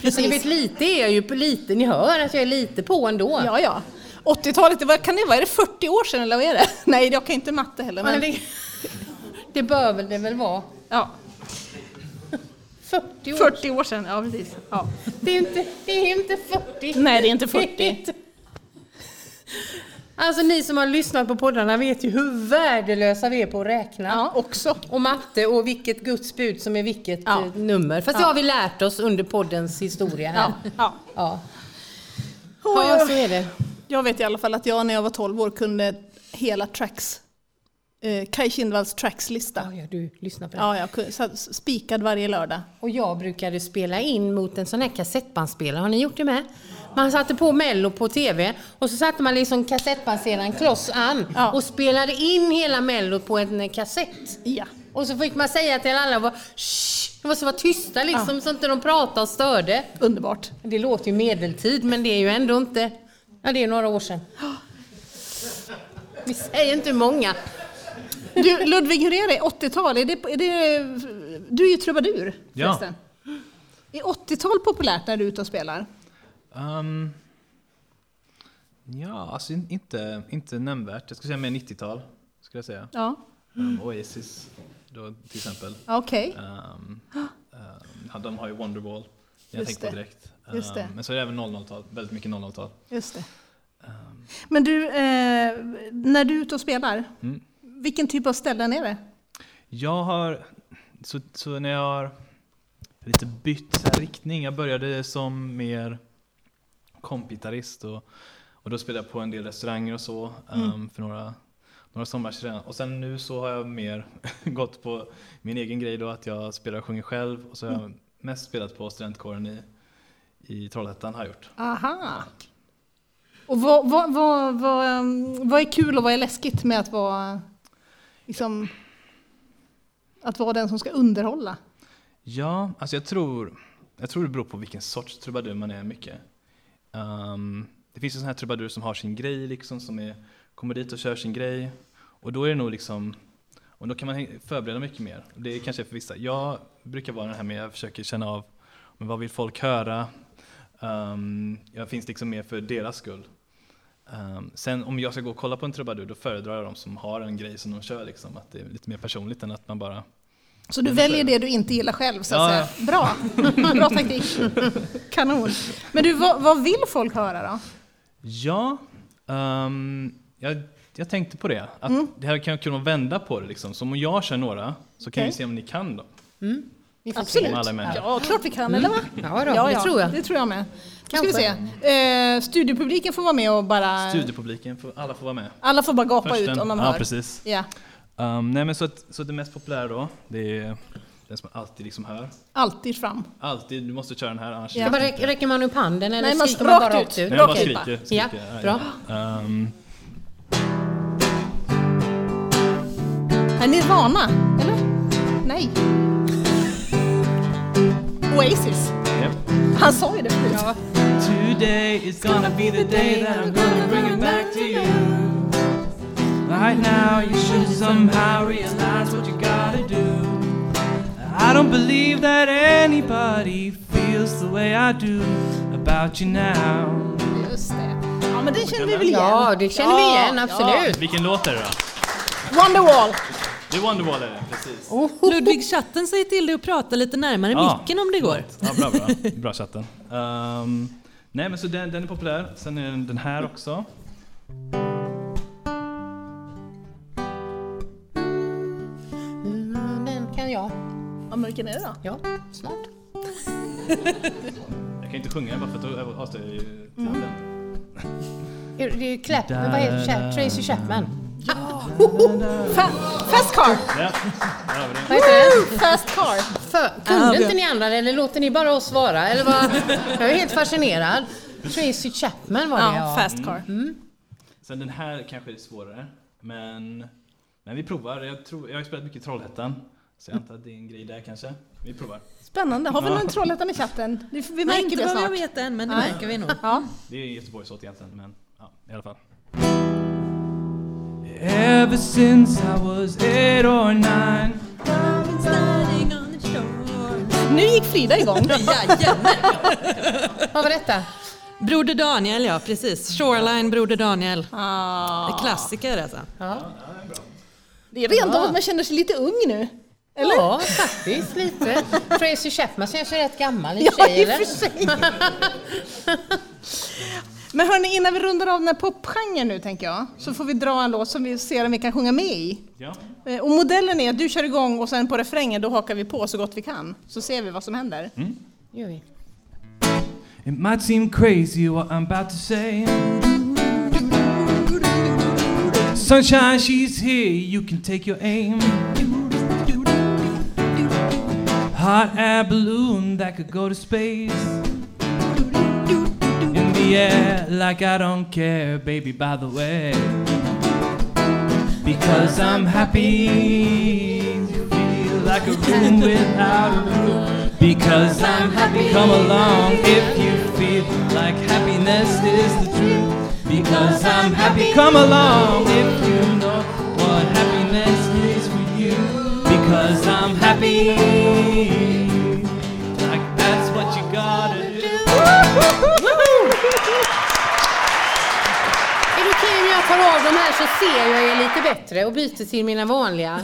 Speaker 2: Precis. Ni vet, lite är jag ju på lite. Ni hör att jag är lite på ändå.
Speaker 1: Ja, ja. 80-talet, det var, kan det vara? Är det 40 år sedan eller vad är det? Nej, jag kan inte matte heller.
Speaker 2: Men
Speaker 1: Men,
Speaker 2: det, det bör väl det väl vara.
Speaker 1: ja,
Speaker 2: 40 år.
Speaker 1: 40 år sedan, ja precis. Ja.
Speaker 2: Det är ju inte, det är ju inte 40.
Speaker 1: Nej, det är inte
Speaker 2: Det är
Speaker 1: 40.
Speaker 2: inte- Alltså ni som har lyssnat på poddarna vet ju hur värdelösa vi är på att räkna.
Speaker 1: Ja, också.
Speaker 2: Och matte och vilket Guds bud som är vilket
Speaker 1: Ja.
Speaker 2: eh, nummer. Fast det har vi lärt oss under poddens historia här.
Speaker 1: Ja, ja.
Speaker 2: Ja,
Speaker 1: Oj,
Speaker 2: ja
Speaker 1: oj.
Speaker 2: så är det.
Speaker 1: Jag vet i alla fall att jag när jag var 12 år kunde hela tracks. Eh, Kaj Kindvalls
Speaker 2: Ja,
Speaker 1: tracks-lista.
Speaker 2: ja, du lyssnar på det.
Speaker 1: Ja, jag kunde, så att- spikad varje lördag.
Speaker 2: Och jag brukade spela in mot en sån här kassettbandspelare. Har ni gjort det med? Man satte på Mello på TV och så satte man liksom kassettbandspelaren kloss an
Speaker 1: Ja.
Speaker 2: och spelade in hela Mello på en eh, kassett.
Speaker 1: Ja.
Speaker 2: Och så fick man säga till alla vad "Shh!" de måste vara tysta liksom så inte de pratade och störde.
Speaker 1: Underbart.
Speaker 2: Det låter ju medeltid men det är ju ändå inte... Ja, det är några år sedan. Vi säger inte hur många.
Speaker 1: Du, Ludvig, hur är det? 80-tal? Är det, är det, du är ju trubadur
Speaker 4: Ja.
Speaker 1: förresten. Är 80-tal populärt när du är ute och spelar?
Speaker 4: Ehm, ja, alltså in- inte, inte nämnvärt. Jag skulle säga mer 90-tal. Skulle jag säga.
Speaker 1: Ja.
Speaker 4: Ehm, Oasis då, till exempel.
Speaker 1: Ja, Okej.
Speaker 4: Ehm, ehm, de har ju Wonderwall. Jag
Speaker 1: Just
Speaker 4: tänkte på
Speaker 1: det.
Speaker 4: direkt.
Speaker 1: Just det.
Speaker 4: Ehm, men så är det även 00-tal. Väldigt mycket 00-tal.
Speaker 1: Just det. Men du, eh, när du är ute och spelar,
Speaker 4: Mm.
Speaker 1: vilken typ av ställen är det?
Speaker 4: Jag har, så, så när jag har lite bytt så här riktning, jag började som mer kompgitarrist och, och då spelade jag på en del restauranger och så
Speaker 1: Mm.
Speaker 4: ehm, för några, några sommar sedan. Och sen nu så har jag mer gått på min egen grej då, att jag spelar och sjunger själv och så har
Speaker 1: Mm.
Speaker 4: jag mest spelat på studentkåren i, i Trollhättan har jag gjort.
Speaker 1: Aha. Och vad, vad, vad, vad, ehm, vad är kul och vad är läskigt med att vara, liksom, att vara den som ska underhålla?
Speaker 4: Ja, alltså jag tror, jag tror det beror på vilken sorts trubadur man är mycket. Ehm, det finns ju sådana här trubadurer som har sin grej liksom, som är, kommer dit och kör sin grej. Och då är det nog liksom, och då kan man förbereda mycket mer. Det är kanske för vissa. Jag brukar vara den här med, jag försöker känna av, men vad vill folk höra? Ehm, jag finns liksom med för deras skull. Ehm, sen om jag ska gå och kolla på en trubadur, då föredrar jag de som har en grej som de kör liksom. Att det är lite mer personligt än att man bara
Speaker 1: Så du
Speaker 4: Ja, men så
Speaker 1: väljer
Speaker 4: är det.
Speaker 1: det du inte gillar själv, så att
Speaker 4: Ja,
Speaker 1: säga. Bra, bra taktik. Kanon. Men du, vad, vad vill folk höra då?
Speaker 4: Ja, ehm, jag, jag tänkte på det. Att Det här kan jag kunna vända på det. Liksom. Så om jag kör några så kan vi
Speaker 1: Okej.
Speaker 4: se om ni kan dem.
Speaker 2: Vi får
Speaker 1: Absolut.
Speaker 4: Om alla är med här.
Speaker 1: Ja, klart vi kan, eller va?
Speaker 2: se. Ja, då, det tror jag.
Speaker 1: Det tror jag med. Då ska vi
Speaker 2: Kanske.
Speaker 1: se. Eh, studiepubliken får vara med och bara...
Speaker 4: Studiepubliken, får, alla får vara med.
Speaker 1: Alla får bara gapa
Speaker 4: Först
Speaker 1: ut
Speaker 4: den-
Speaker 1: om de
Speaker 4: ja,
Speaker 1: hör.
Speaker 4: precis.
Speaker 1: Ja,
Speaker 4: Ehm, nej, men så, att, så att det mest populära då, det är den som alltid liksom hör.
Speaker 1: alltid fram.
Speaker 4: Alltid, du måste köra den här annars
Speaker 2: Ska bara, räck- räcker man upp handen eller
Speaker 1: Nej, man-
Speaker 2: skriker man
Speaker 1: rakt
Speaker 2: bara rakt
Speaker 1: ut.
Speaker 2: ut?
Speaker 4: Nej, jag bara
Speaker 1: Okej,
Speaker 4: skriker. skriker.
Speaker 2: Ja, bra.
Speaker 4: Ehm,
Speaker 1: Är ni vana? Eller? Nej. Oasis.
Speaker 4: japp.
Speaker 1: Han sa ju det förut.
Speaker 5: Today is gonna be the day that I'm gonna bring it back to you. Right now, you should somehow realize what you gotta do. I don't believe that anybody feels the way I do about you now.
Speaker 1: Just det. Ja, men den känner vi väl igen?
Speaker 2: Ja, det känner vi igen, absolut.
Speaker 4: Vilken låt är det då?
Speaker 1: Wonderwall.
Speaker 4: Det är Wonderwall är det, precis.
Speaker 5: Oh.
Speaker 3: Ludvig, chatten säger till dig att prata lite närmare
Speaker 4: Ja.
Speaker 3: micken om det går.
Speaker 4: Ja, bra, bra. Bra chatten. Ehm, nej, men så den, den är populär. Sen är den den här också.
Speaker 2: Mm, Den kan jag.
Speaker 1: Vad vilken är det då?
Speaker 2: Ja, snart.
Speaker 4: Jag kan inte sjunga bara för att då avslöjar jag ju
Speaker 5: Mm.
Speaker 4: titeln.
Speaker 2: Det är ju Clap, men vad heter Chap, Tracy Chapman?
Speaker 1: Fa- fast car!
Speaker 4: Ja, där har vi det.
Speaker 2: Vad heter den?
Speaker 1: Fast car!
Speaker 2: För, kunde inte ni andra det, eller låter ni bara oss svara? Eller vad? Jag är helt fascinerad. Tracy Chapman var det
Speaker 1: Ja, fast car.
Speaker 4: Sen den här kanske är svårare, men, men vi provar. Jag, tror, jag har ju spelat mycket i Trollhättan, så jag antar att det är en grej där kanske. Vi provar.
Speaker 1: Spännande. Har vi någon Trollhättan i chatten? Vi, vi
Speaker 3: Nej,
Speaker 1: märker
Speaker 3: inte
Speaker 1: det
Speaker 3: vad
Speaker 1: snart.
Speaker 3: jag vet än, men det
Speaker 1: Nej.
Speaker 3: märker vi nog.
Speaker 1: Ja.
Speaker 4: Det är Göteborgslåt egentligen, men ja, i alla fall.
Speaker 5: Ever since I was eight or nine,
Speaker 1: Nu gick Frida igång.
Speaker 3: Jajamän.
Speaker 2: Vad var detta?
Speaker 3: Broder Daniel, ja precis. Shoreline Broder Daniel. Klassiker alltså.
Speaker 1: Det är rent av att man känner sig lite ung nu. Eller?
Speaker 2: Ja, faktiskt lite. Tracy Chapman känns ju rätt gammal i och för
Speaker 1: Ja,
Speaker 2: sig,
Speaker 1: i och
Speaker 2: eller?
Speaker 1: för sig. Men hörni, innan vi rundar av den här popgenren nu tänker jag, så får vi dra en låt som vi ser om vi kan sjunga med i.
Speaker 4: Ja.
Speaker 1: Eh, Och modellen är att du kör igång och sen på refrängen då hakar vi på så gott vi kan, så ser vi vad som händer.
Speaker 2: Gör vi.
Speaker 5: it might seem crazy what I'm about to say. Sunshine, she's here, you can take your aim. Hot air balloon that could go to space. In the air, like I don't care, baby, by the way. Because I'm happy. Feel like a room without a roof. Because I'm happy. Come along if you feel like happiness is the truth. Because I'm happy. Come along if you know what happiness is for you. Because I'm happy. Like that's what you gotta do.
Speaker 2: Är det okej om jag tar av de här så ser jag er lite bättre och byter till mina vanliga?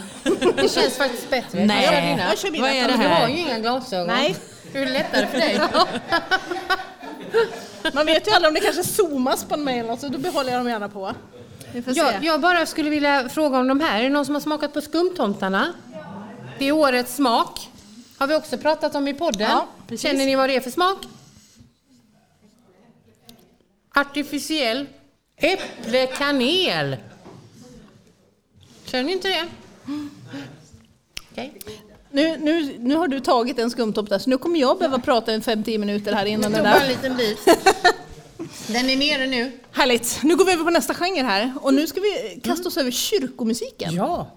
Speaker 2: Det känns faktiskt bättre.
Speaker 3: Nej.
Speaker 2: Jag kör dina.
Speaker 1: Jag kör mina.
Speaker 3: Vad är det
Speaker 2: Men Du har ju
Speaker 3: här?
Speaker 2: inga glasögon.
Speaker 1: Nej.
Speaker 2: Hur är det lättare för dig?
Speaker 1: Man vet ju aldrig om det kanske zoomas på mig eller något, så då behåller jag dem gärna på. Vi får se.
Speaker 2: Jag, jag bara skulle vilja fråga om de här. Är det någon som har smakat på skumtomtarna? Det är årets smak. Har vi också pratat om i podden.
Speaker 1: Ja, precis.
Speaker 2: Känner ni vad det är för smak? Artificiell äpplekanel. Känner ni inte det? Okej.
Speaker 1: Nu, nu, nu har du tagit en skumtopp där, så nu kommer jag behöva prata en 5-10 minuter här innan
Speaker 2: Jag
Speaker 1: den
Speaker 2: tog bara en
Speaker 1: där.
Speaker 2: liten bit. Den är nere nu.
Speaker 1: Härligt! Nu går vi över på nästa genre här, och nu ska vi kasta oss över kyrkomusiken.
Speaker 2: Ja.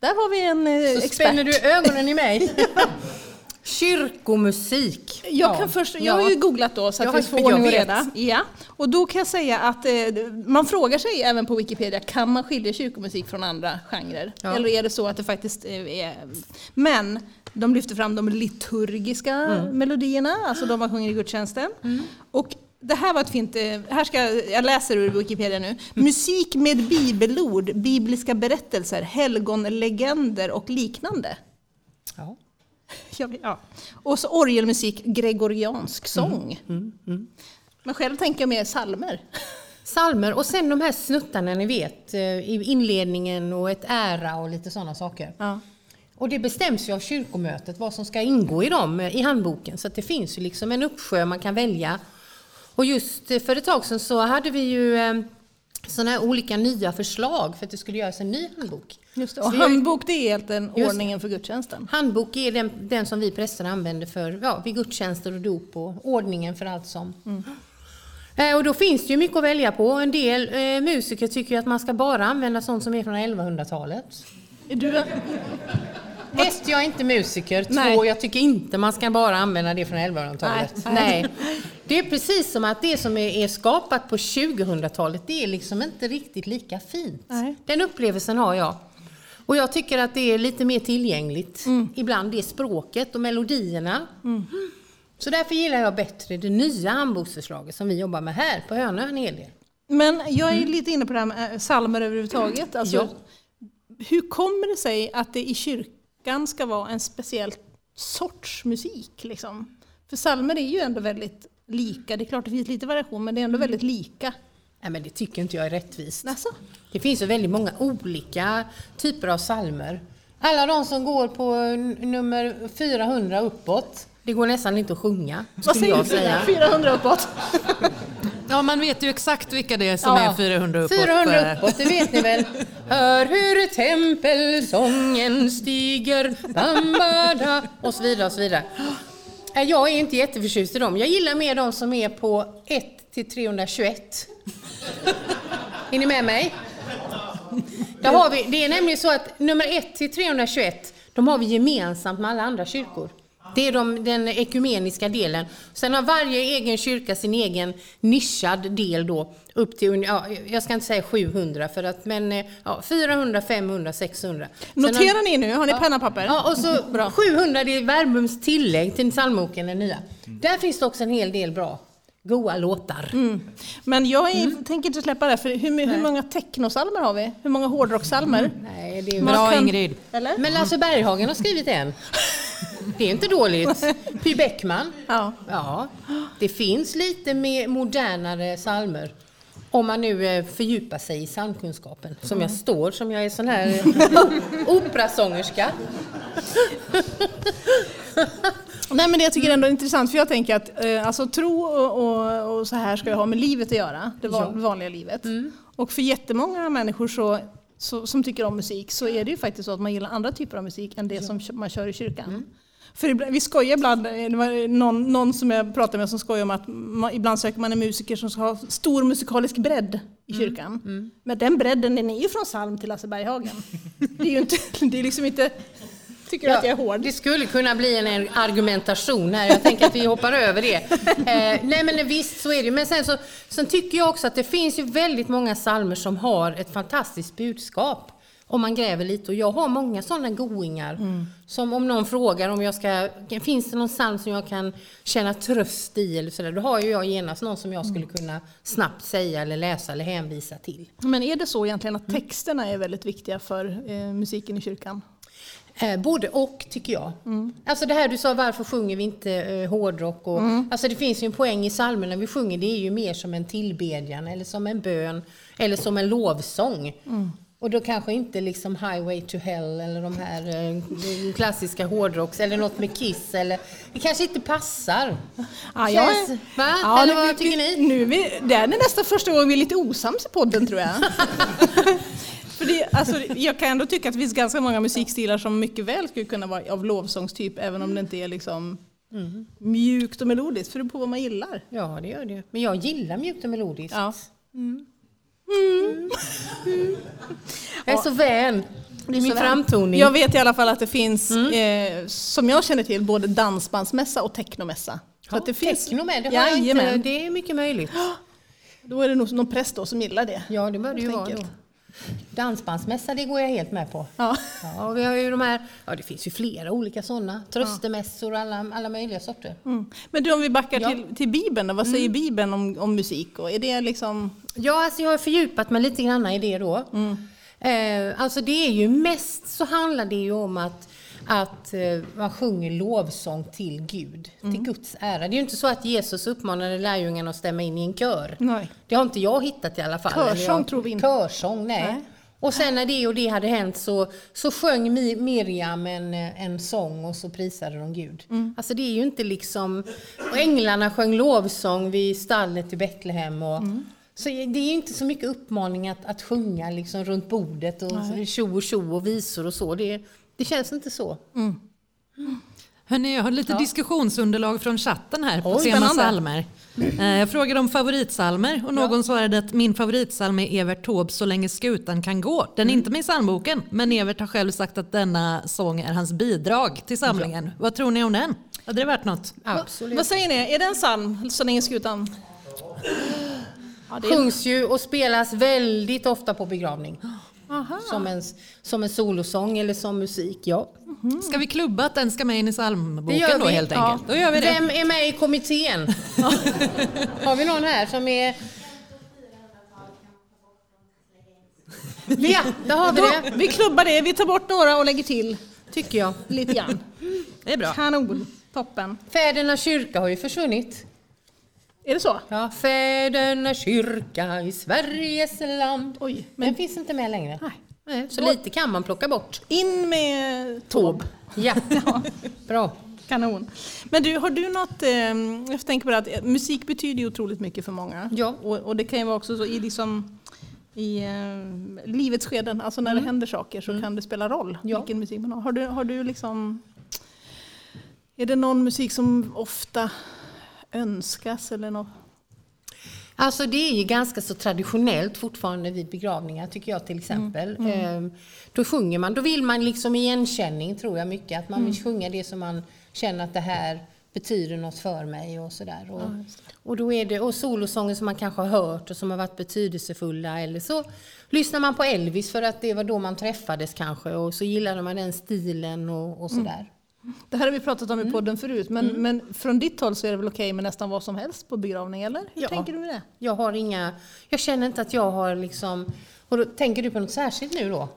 Speaker 1: Där har vi en eh,
Speaker 2: Så
Speaker 1: expert.
Speaker 2: spänner du ögonen i mig. Kyrkomusik.
Speaker 1: Jag, kan först, jag har ju googlat då så
Speaker 2: Jag
Speaker 1: att
Speaker 2: har-
Speaker 1: vi får
Speaker 2: jag
Speaker 1: ordning och
Speaker 2: vet.
Speaker 1: reda. Ja. Och då kan jag säga att eh, man frågar sig även på Wikipedia, kan man skilja kyrkomusik från andra genrer?
Speaker 2: Ja.
Speaker 1: Eller är det så att det faktiskt eh, är... Men de lyfter fram de liturgiska
Speaker 2: Mm.
Speaker 1: melodierna, alltså de man sjunger i gudstjänsten. Och det här var ett fint, eh, här ska, jag- jag läser ur Wikipedia
Speaker 2: Mm.
Speaker 1: nu. Musik med bibelord, bibliska berättelser, helgonlegender och liknande.
Speaker 2: Ja.
Speaker 1: Ja, vi- ja. Och så orgelmusik, gregoriansk
Speaker 2: Mm.
Speaker 1: sång. Men själv tänker jag mer salmer.
Speaker 2: Salmer och sen de här snuttarna ni vet eh, i inledningen och ett ära och lite sådana saker. Och det bestäms ju av kyrkomötet vad som ska ingå i dem eh, i handboken. Så att det finns ju liksom en uppsjö man kan välja. Och just eh, för ett tag sedan så hade vi ju sådana här olika nya förslag för att det skulle göras en ny handbok.
Speaker 1: Just det.
Speaker 2: Så
Speaker 1: Och
Speaker 2: vi har ju-
Speaker 1: handbok det är helt den
Speaker 2: det.
Speaker 1: ordningen för gudstjänsten.
Speaker 2: Handbok är den, den som vi präster använder för ja, vid gudstjänster och dop och ordningen för allt som. Eh, Och då finns det ju mycket att välja på. En del eh, musiker tycker ju att man ska bara använda sånt som är från 1100-talet.
Speaker 1: Är du,
Speaker 2: Ett, jag är inte musiker.
Speaker 1: Nej.
Speaker 2: Två, jag tycker inte man ska bara använda det från 1100-talet.
Speaker 1: Nej.
Speaker 2: Nej. Det är precis som att det som är, är skapat på 2000-talet, det är liksom inte riktigt lika fint.
Speaker 1: Nej.
Speaker 2: Den upplevelsen har jag. Och jag tycker att det är lite mer tillgängligt.
Speaker 1: Mm.
Speaker 2: Ibland det språket och melodierna. Så därför gillar jag bättre det nya handboksförslaget som vi jobbar med här på Hönö en hel del.
Speaker 1: men jag är lite inne på det här med eh, salmer överhuvudtaget. Alltså,
Speaker 2: Ja.
Speaker 1: hur kommer det sig att det i kyrkan ska vara en speciell sorts musik? Liksom? För salmer är ju ändå väldigt lika. Det är klart det finns lite variation, men det är ändå
Speaker 2: Mm.
Speaker 1: väldigt lika.
Speaker 2: Nej, men det tycker inte jag är rättvist.
Speaker 1: Alltså,
Speaker 2: Det finns ju väldigt många olika typer av salmer. Alla de som går på n- nummer 400 uppåt, det går nästan inte att sjunga.
Speaker 1: vad
Speaker 2: Skulle
Speaker 1: säger
Speaker 2: jag
Speaker 1: du?
Speaker 2: säga.
Speaker 1: 400 uppåt?
Speaker 3: Ja, man vet ju exakt vilka det är som
Speaker 2: Ja,
Speaker 3: är 400 uppåt. eh.
Speaker 2: 400 uppåt, det vet ni väl. Hör hur tempelsången stiger, bambada och så vidare och så vidare. Äh, Jag är inte jätteförtjust i dem. Jag gillar mer de som är på 1 till 321. Är ni med mig? Där har vi, det är nämligen så att nummer 1 till 321, de har vi gemensamt med alla andra kyrkor. Det är de, den ekumeniska delen. Sen har varje egen kyrka sin egen nischad del då. Upp till, un- ja, jag ska inte säga 700, för att, men eh, ja, 400, 500, 600. Sen har-
Speaker 1: Noterar ni nu? Har ni penna och papper?
Speaker 2: Ja, och så 700 det är Verbums tillägg till psalmboken, den nya. Där finns det också en hel del bra, goa låtar.
Speaker 1: Men jag är,
Speaker 3: Mm.
Speaker 1: tänker inte släppa det, för hur, hur många technosalmer har vi? Hur många hårdrocksalmer?
Speaker 2: Nej, det är
Speaker 1: Man
Speaker 3: Mm. Bra, Ingrid.
Speaker 1: Eller?
Speaker 2: Men Lasse Berghagen har skrivit en. Det är inte dåligt. Py Bäckman.
Speaker 1: Ja.
Speaker 2: Ja, det finns lite mer modernare psalmer. Om man nu eh, fördjupar sig i psalmkunskapen. Som jag står, som jag är sån här eh, operasångerska.
Speaker 1: Nej men det jag tycker ändå är intressant för jag tänker att eh, alltså, tro och, och, och så här ska jag ha med livet att göra, det va- vanliga livet. Och för jättemånga människor så, så, som tycker om musik så är det ju faktiskt så att man gillar andra typer av musik än det som kö- man kör i kyrkan. För ibland, vi skojar ibland, eh, det var någon, någon som jag pratade med som skojade om att man, ibland söker man en musiker som ska ha stor musikalisk bredd i kyrkan. Men den bredden den är ju från psalm till Lasse Berghagen. det är ju inte, det är liksom inte, tycker du att jag är hård?
Speaker 2: Det skulle kunna bli en argumentation här. Jag tänker att vi hoppar över det. Eh, nej men visst så är det Men sen så sen tycker jag också att det finns ju väldigt många psalmer som har ett fantastiskt budskap. Om man gräver lite. Och jag har många sådana goingar.
Speaker 1: Mm.
Speaker 2: Som om någon frågar om jag ska, finns det någon psalm som jag kan känna tröst i eller sådär. Då har ju jag genast någon som jag skulle
Speaker 1: Mm.
Speaker 2: kunna snabbt säga eller läsa eller hänvisa till.
Speaker 1: Men är det så egentligen att texterna är väldigt viktiga för eh, musiken i kyrkan?
Speaker 2: Eh, både och tycker jag.
Speaker 1: Mm.
Speaker 2: Alltså det här du sa, varför sjunger vi inte eh, hårdrock? Och,
Speaker 1: Mm.
Speaker 2: Alltså det finns ju en poäng i psalmerna vi sjunger, det är ju mer som en tillbedjan eller som en bön eller som en lovsång.
Speaker 1: Mm.
Speaker 2: Och då kanske inte liksom Highway to Hell eller de här eh, de klassiska hårdrocks eller något med Kiss eller det kanske inte passar.
Speaker 1: Ah,
Speaker 2: Känns- va? Eller vad
Speaker 1: vi-
Speaker 2: tycker
Speaker 1: vi-
Speaker 2: ni?
Speaker 1: Nu är vi, det här är nästan första gången vi är lite osams i podden tror jag. För det, alltså, jag kan ändå tycka att det finns ganska många musikstilar som mycket väl skulle kunna vara av lovsångstyp även om det inte är liksom mjukt och melodiskt, för det beror på vad man gillar.
Speaker 2: Ja, det gör det. Men jag gillar mjukt och melodiskt.
Speaker 1: Ja.
Speaker 2: Jag är så vän. Det är min framtoning.
Speaker 1: Jag vet i alla fall att det finns, eh, som jag känner till, både dansbandsmässa och technomässa. Så att det finns,
Speaker 2: Techno med, det, har jag inte,
Speaker 1: Jajamän.
Speaker 2: det är mycket möjligt.
Speaker 1: Då är det nog någon präst då som gillar det.
Speaker 2: Ja, det bör det ju
Speaker 1: Helt
Speaker 2: vara då.
Speaker 1: enkelt.
Speaker 2: Dansbandsmässa, det går jag helt med på.
Speaker 1: Ja.
Speaker 2: Ja, och vi har ju de här, ja det finns ju flera olika sådana. Tröstemässor, alla, alla möjliga sorter.
Speaker 1: Mm. Men du, om vi backar
Speaker 2: Ja.
Speaker 1: till, till Bibeln då, vad säger Bibeln om, om musik? Och är det liksom...
Speaker 2: Ja, alltså jag har fördjupat mig lite grann i det då. Eh, alltså det är ju mest så handlar det ju om att, att eh, man sjunger lovsång till Gud, till Guds ära. Det är ju inte så att Jesus uppmanade lärjungarna att stämma in i en kör.
Speaker 1: Nej.
Speaker 2: Det har inte jag hittat i alla fall.
Speaker 1: Körsång
Speaker 2: Eller jag-
Speaker 1: tror vi inte.
Speaker 2: Körsång, nej.
Speaker 1: Nej.
Speaker 2: Och sen när det och det hade hänt så, så sjöng Mi- Miriam en, en sång och så prisade de Gud.
Speaker 1: Mm.
Speaker 2: Alltså det är ju inte liksom... Och änglarna sjöng lovsång vid stallet i Betlehem. Och,
Speaker 1: Mm.
Speaker 2: Så det är ju inte så mycket uppmaning att, att sjunga liksom runt bordet och tjo och tjo och visor och så. Det, det känns inte så.
Speaker 3: Hörrni, jag har lite diskussionsunderlag från chatten här på
Speaker 1: Oj,
Speaker 3: tema
Speaker 1: spännande.
Speaker 3: salmer.
Speaker 2: Mm.
Speaker 3: Eh, Jag frågade om favoritsalmer och någon svarade att min favoritsalm är Evert Taubes Så länge skutan kan gå. Den
Speaker 2: Mm.
Speaker 3: är inte med i psalmboken, men Evert har själv sagt att denna sång är hans bidrag till samlingen. Vad tror ni om den? Hade det varit något?
Speaker 1: Vad säger ni, är det en psalm, Så länge skutan? Ja, det är...
Speaker 2: Sjungs ju och spelas väldigt ofta på begravning.
Speaker 1: Aha.
Speaker 2: Som en, som en solosång eller som musik, ja.
Speaker 3: Mm. Ska vi klubba att den ska med in i
Speaker 2: Det gör
Speaker 3: psalmboken då
Speaker 2: vi,
Speaker 3: helt
Speaker 2: ja.
Speaker 3: enkelt? Då gör vi det.
Speaker 2: Vem är med i kommittén? Har vi någon här som är... Ja, där har vi det,
Speaker 1: Då, vi klubbar det, vi tar bort några och lägger till
Speaker 2: tycker jag.
Speaker 1: lite grann.
Speaker 3: Det är bra.
Speaker 1: Kanon, toppen.
Speaker 2: Fädernas kyrka har ju försvunnit.
Speaker 1: Är det så?
Speaker 2: Ja, Fädernas kyrka i Sveriges land.
Speaker 1: Oj,
Speaker 2: Men den finns inte med längre.
Speaker 1: Nej.
Speaker 2: Nej, så
Speaker 1: Då-
Speaker 2: lite kan man plocka bort.
Speaker 1: In med Tob.
Speaker 2: Ja,
Speaker 1: Ja,
Speaker 2: bra.
Speaker 1: kanon. Men du, har du något, ehm, jag tänker på det att eh, musik betyder ju otroligt mycket för många.
Speaker 2: Ja.
Speaker 1: Och, och det kan ju vara också så i, liksom, i eh, livets skeden, alltså när det händer saker så kan det spela roll
Speaker 2: Mm. Ja.
Speaker 1: vilken musik man har. Har du, har du liksom, är det någon musik som ofta önskas eller något?
Speaker 2: Alltså det är ju ganska så traditionellt fortfarande vid begravningar tycker jag till exempel. Ehm, Då sjunger man, då vill man liksom igenkänning tror jag mycket. Att man vill sjunga det som man känner att det här betyder något för mig och sådär. Och, och då är det och solosånger som man kanske har hört och som har varit betydelsefulla eller så lyssnar man på Elvis för att det var då man träffades kanske och så gillade man den stilen och, och sådär.
Speaker 1: Det här har vi pratat
Speaker 2: Mm.
Speaker 1: om i podden förut, men, men från ditt håll så är det väl okej med nästan vad som helst på begravning, eller? Hur
Speaker 2: Ja.
Speaker 1: tänker du med det?
Speaker 2: Jag har inga, jag känner inte att jag har liksom, och då, tänker du på något särskilt nu då?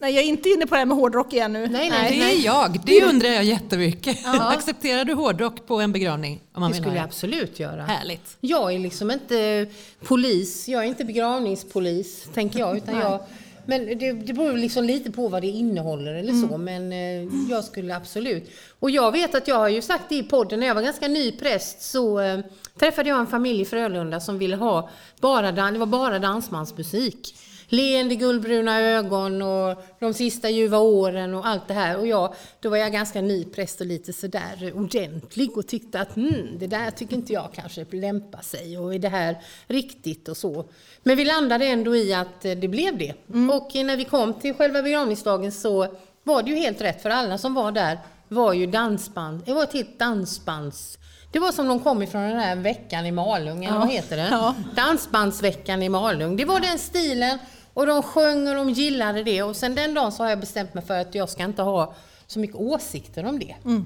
Speaker 1: Nej, jag är inte inne på det här med hårdrock igen nu.
Speaker 2: Nej, nej.
Speaker 3: Det är jag, det undrar jag jättemycket.
Speaker 2: Ja.
Speaker 3: Accepterar du hårdrock på en begravning? Om man
Speaker 2: det
Speaker 3: vill
Speaker 2: skulle jag
Speaker 3: ha
Speaker 2: absolut göra.
Speaker 3: det? Härligt.
Speaker 2: Jag är liksom inte polis, jag är inte begravningspolis tänker jag. Utan jag men det, det beror liksom lite på vad det innehåller eller så.
Speaker 3: Mm.
Speaker 2: Men eh, jag skulle absolut. Och jag vet att jag har ju sagt det i podden, när jag var ganska ny präst så eh, träffade jag en familj i Frölunda som ville ha bara, dan- det var bara dansbandsmusik. Leende guldbruna ögon och de sista ljuva åren och allt det här. Och jag, då var jag ganska ny präst och lite sådär ordentlig och tyckte att mm, det där tycker inte jag kanske lämpar sig och är det här riktigt och så. Men vi landade ändå i att eh, det blev det.
Speaker 1: Mm.
Speaker 2: Och eh, när vi kom till själva begravningsdagen så var det ju helt rätt för alla som var där var ju dansband, det var ett helt dansbands... Det var som de kom ifrån den här veckan i Malung, eller vad heter det?
Speaker 1: Ja.
Speaker 2: Dansbandsveckan i Malung. Det var den stilen och de sjöng och de gillade det och sen den dagen så har jag bestämt mig för att jag ska inte ha så mycket åsikter om det. Mm.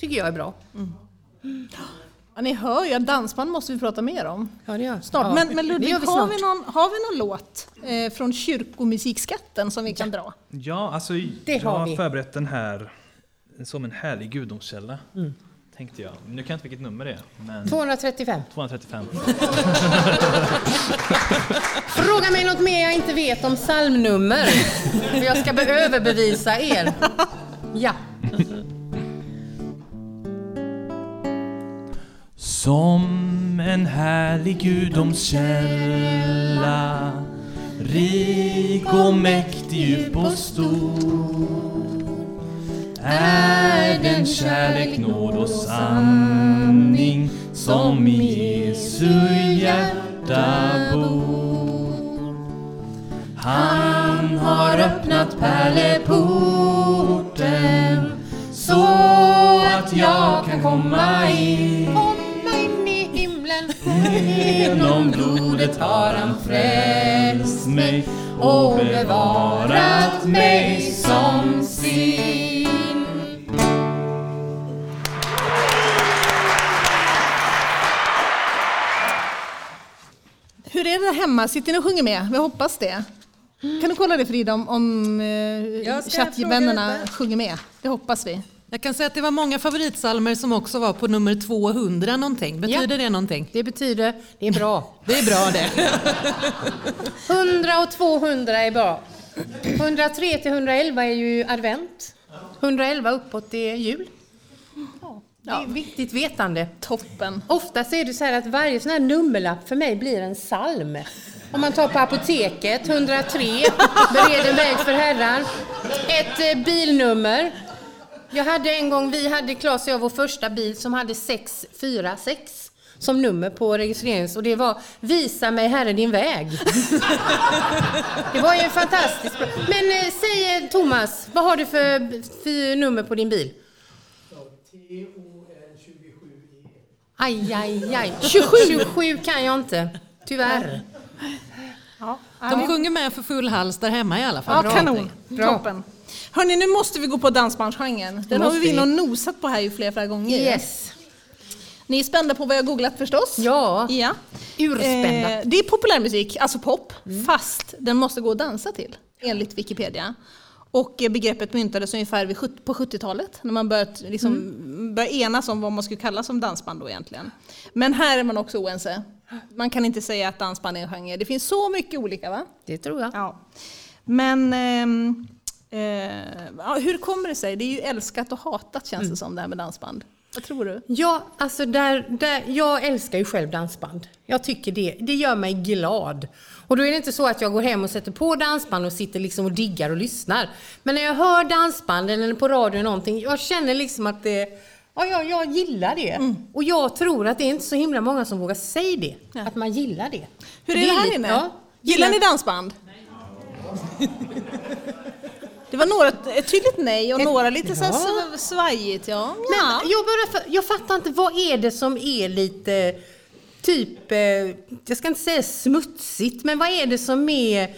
Speaker 2: Tycker jag är bra.
Speaker 1: Ja, ni hör ju att dansband måste vi prata mer om
Speaker 2: Ja, det gör.
Speaker 1: snart. Men, men Ludvig,
Speaker 2: det gör vi
Speaker 1: har,
Speaker 2: snart.
Speaker 1: vi någon, har vi någon låt eh, från kyrkomusikskatten som vi kan dra?
Speaker 4: Ja, alltså
Speaker 2: Det
Speaker 4: jag
Speaker 2: har
Speaker 4: har
Speaker 2: vi.
Speaker 4: förberett den här som en härlig gudomskälla.
Speaker 2: Mm.
Speaker 4: Tänkte jag. Nu kan jag inte vilket nummer det är, men
Speaker 2: 235.
Speaker 4: 235.
Speaker 2: Fråga mig något mer jag inte vet om psalmnummer. För jag ska be- överbevisa er. Ja.
Speaker 5: Som en härlig gudomskälla Rik och mäktig, djup och stor Är den kärlek, nåd och sanning som i Jesu hjärta bor Han har öppnat pärleporten så att jag kan komma in
Speaker 2: Komma in i himlen.
Speaker 5: Genom blodet har han frälst mig och bevarat mig som sin.
Speaker 1: Hur är det där hemma? Sitter ni och sjunger med? Vi hoppas det. Kan du kolla det Frida om, om eh,
Speaker 3: Jag ska fråga
Speaker 1: chattvännerna
Speaker 3: detta.
Speaker 1: sjunger med? Det hoppas vi.
Speaker 3: Jag kan säga att det var många favoritsalmer som också var på nummer 200 någonting. Betyder det någonting?
Speaker 2: Det betyder, det är bra.
Speaker 3: Det är bra det.
Speaker 2: 100 och 200 är bra. 103 till 111 är ju advent. 111 uppåt är jul. Det är viktigt vetande.
Speaker 1: Toppen.
Speaker 2: Ofta så är det så här att varje sån här nummerlapp för mig blir en psalm. Om man tar på apoteket, 103, bered en väg för herrar. Ett eh, bilnummer. Jag hade en gång, vi hade, Claes och jag, vår första bil som hade 646 som nummer på registrerings och det var Visa mig Herre din väg. Det var ju en fantastisk... Men eh, säg eh, Thomas, vad har du för, för nummer på din bil? Aj, aj, aj. 27. 27 kan jag inte, tyvärr.
Speaker 1: Ja,
Speaker 3: De sjunger med för full hals där hemma i alla fall.
Speaker 1: ja
Speaker 3: Bra.
Speaker 1: kanon. Toppen. Hörni, nu måste vi gå på dansbandsgenren. Den har
Speaker 2: Måste
Speaker 1: vi
Speaker 2: vi.
Speaker 1: nog nosat på här ju flera, flera gånger.
Speaker 2: Yes.
Speaker 1: Ni är spända på vad jag googlat förstås?
Speaker 2: Ja,
Speaker 1: ja.
Speaker 2: urspända.
Speaker 1: Eh, det är populärmusik, alltså pop, fast den måste gå att dansa till enligt Wikipedia. Och eh, begreppet myntades ungefär vid, sjut- på 70-talet när man börjat liksom, började enas om vad man skulle kalla som dansband då egentligen. Men här är man också oense. Man kan inte säga att dansband är en genre. Det finns så mycket olika va?
Speaker 2: Det tror jag.
Speaker 1: Ja. Men ehm, eh, ja, hur kommer det sig? Det är ju älskat och hatat känns det som det här med dansband. Vad tror du?
Speaker 2: Ja, alltså där, där, jag älskar ju själv dansband. Jag tycker det. Det gör mig glad. Och då är det inte så att jag går hem och sätter på dansband och sitter liksom och diggar och lyssnar. Men när jag hör dansband eller på radio eller någonting, jag känner liksom att det, ja, jag, jag gillar det.
Speaker 1: Mm.
Speaker 2: Och jag tror att det är inte så himla många som vågar säga det,
Speaker 1: Nej.
Speaker 2: att man gillar det.
Speaker 1: Hur är det, här
Speaker 2: lite-
Speaker 1: inne?
Speaker 2: ja.
Speaker 1: Gillar ni dansband? Det var några, ett tydligt nej och
Speaker 2: Ett-
Speaker 1: några lite så här
Speaker 2: ja.
Speaker 1: sv- svajigt. Ja.
Speaker 2: Men
Speaker 1: ja.
Speaker 2: jag, börjar, fa- jag fattar inte, vad är det som är lite typ, eh, jag ska inte säga smutsigt, men vad är det som är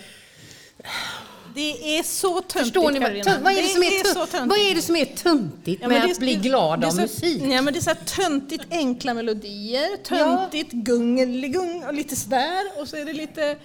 Speaker 1: Det är så töntigt
Speaker 2: Förstår ni vad,
Speaker 1: Karolina.
Speaker 2: tön- vad, är det som är
Speaker 1: så
Speaker 2: tön- vad är det som är töntigt
Speaker 1: Ja, men
Speaker 2: med
Speaker 1: det är-
Speaker 2: att bli
Speaker 1: det-
Speaker 2: glad
Speaker 1: det är
Speaker 2: av
Speaker 1: så,
Speaker 2: musik?
Speaker 1: Ja, men det är så här töntigt enkla melodier, töntigt gungeliggung och lite sådär. Och så är det lite...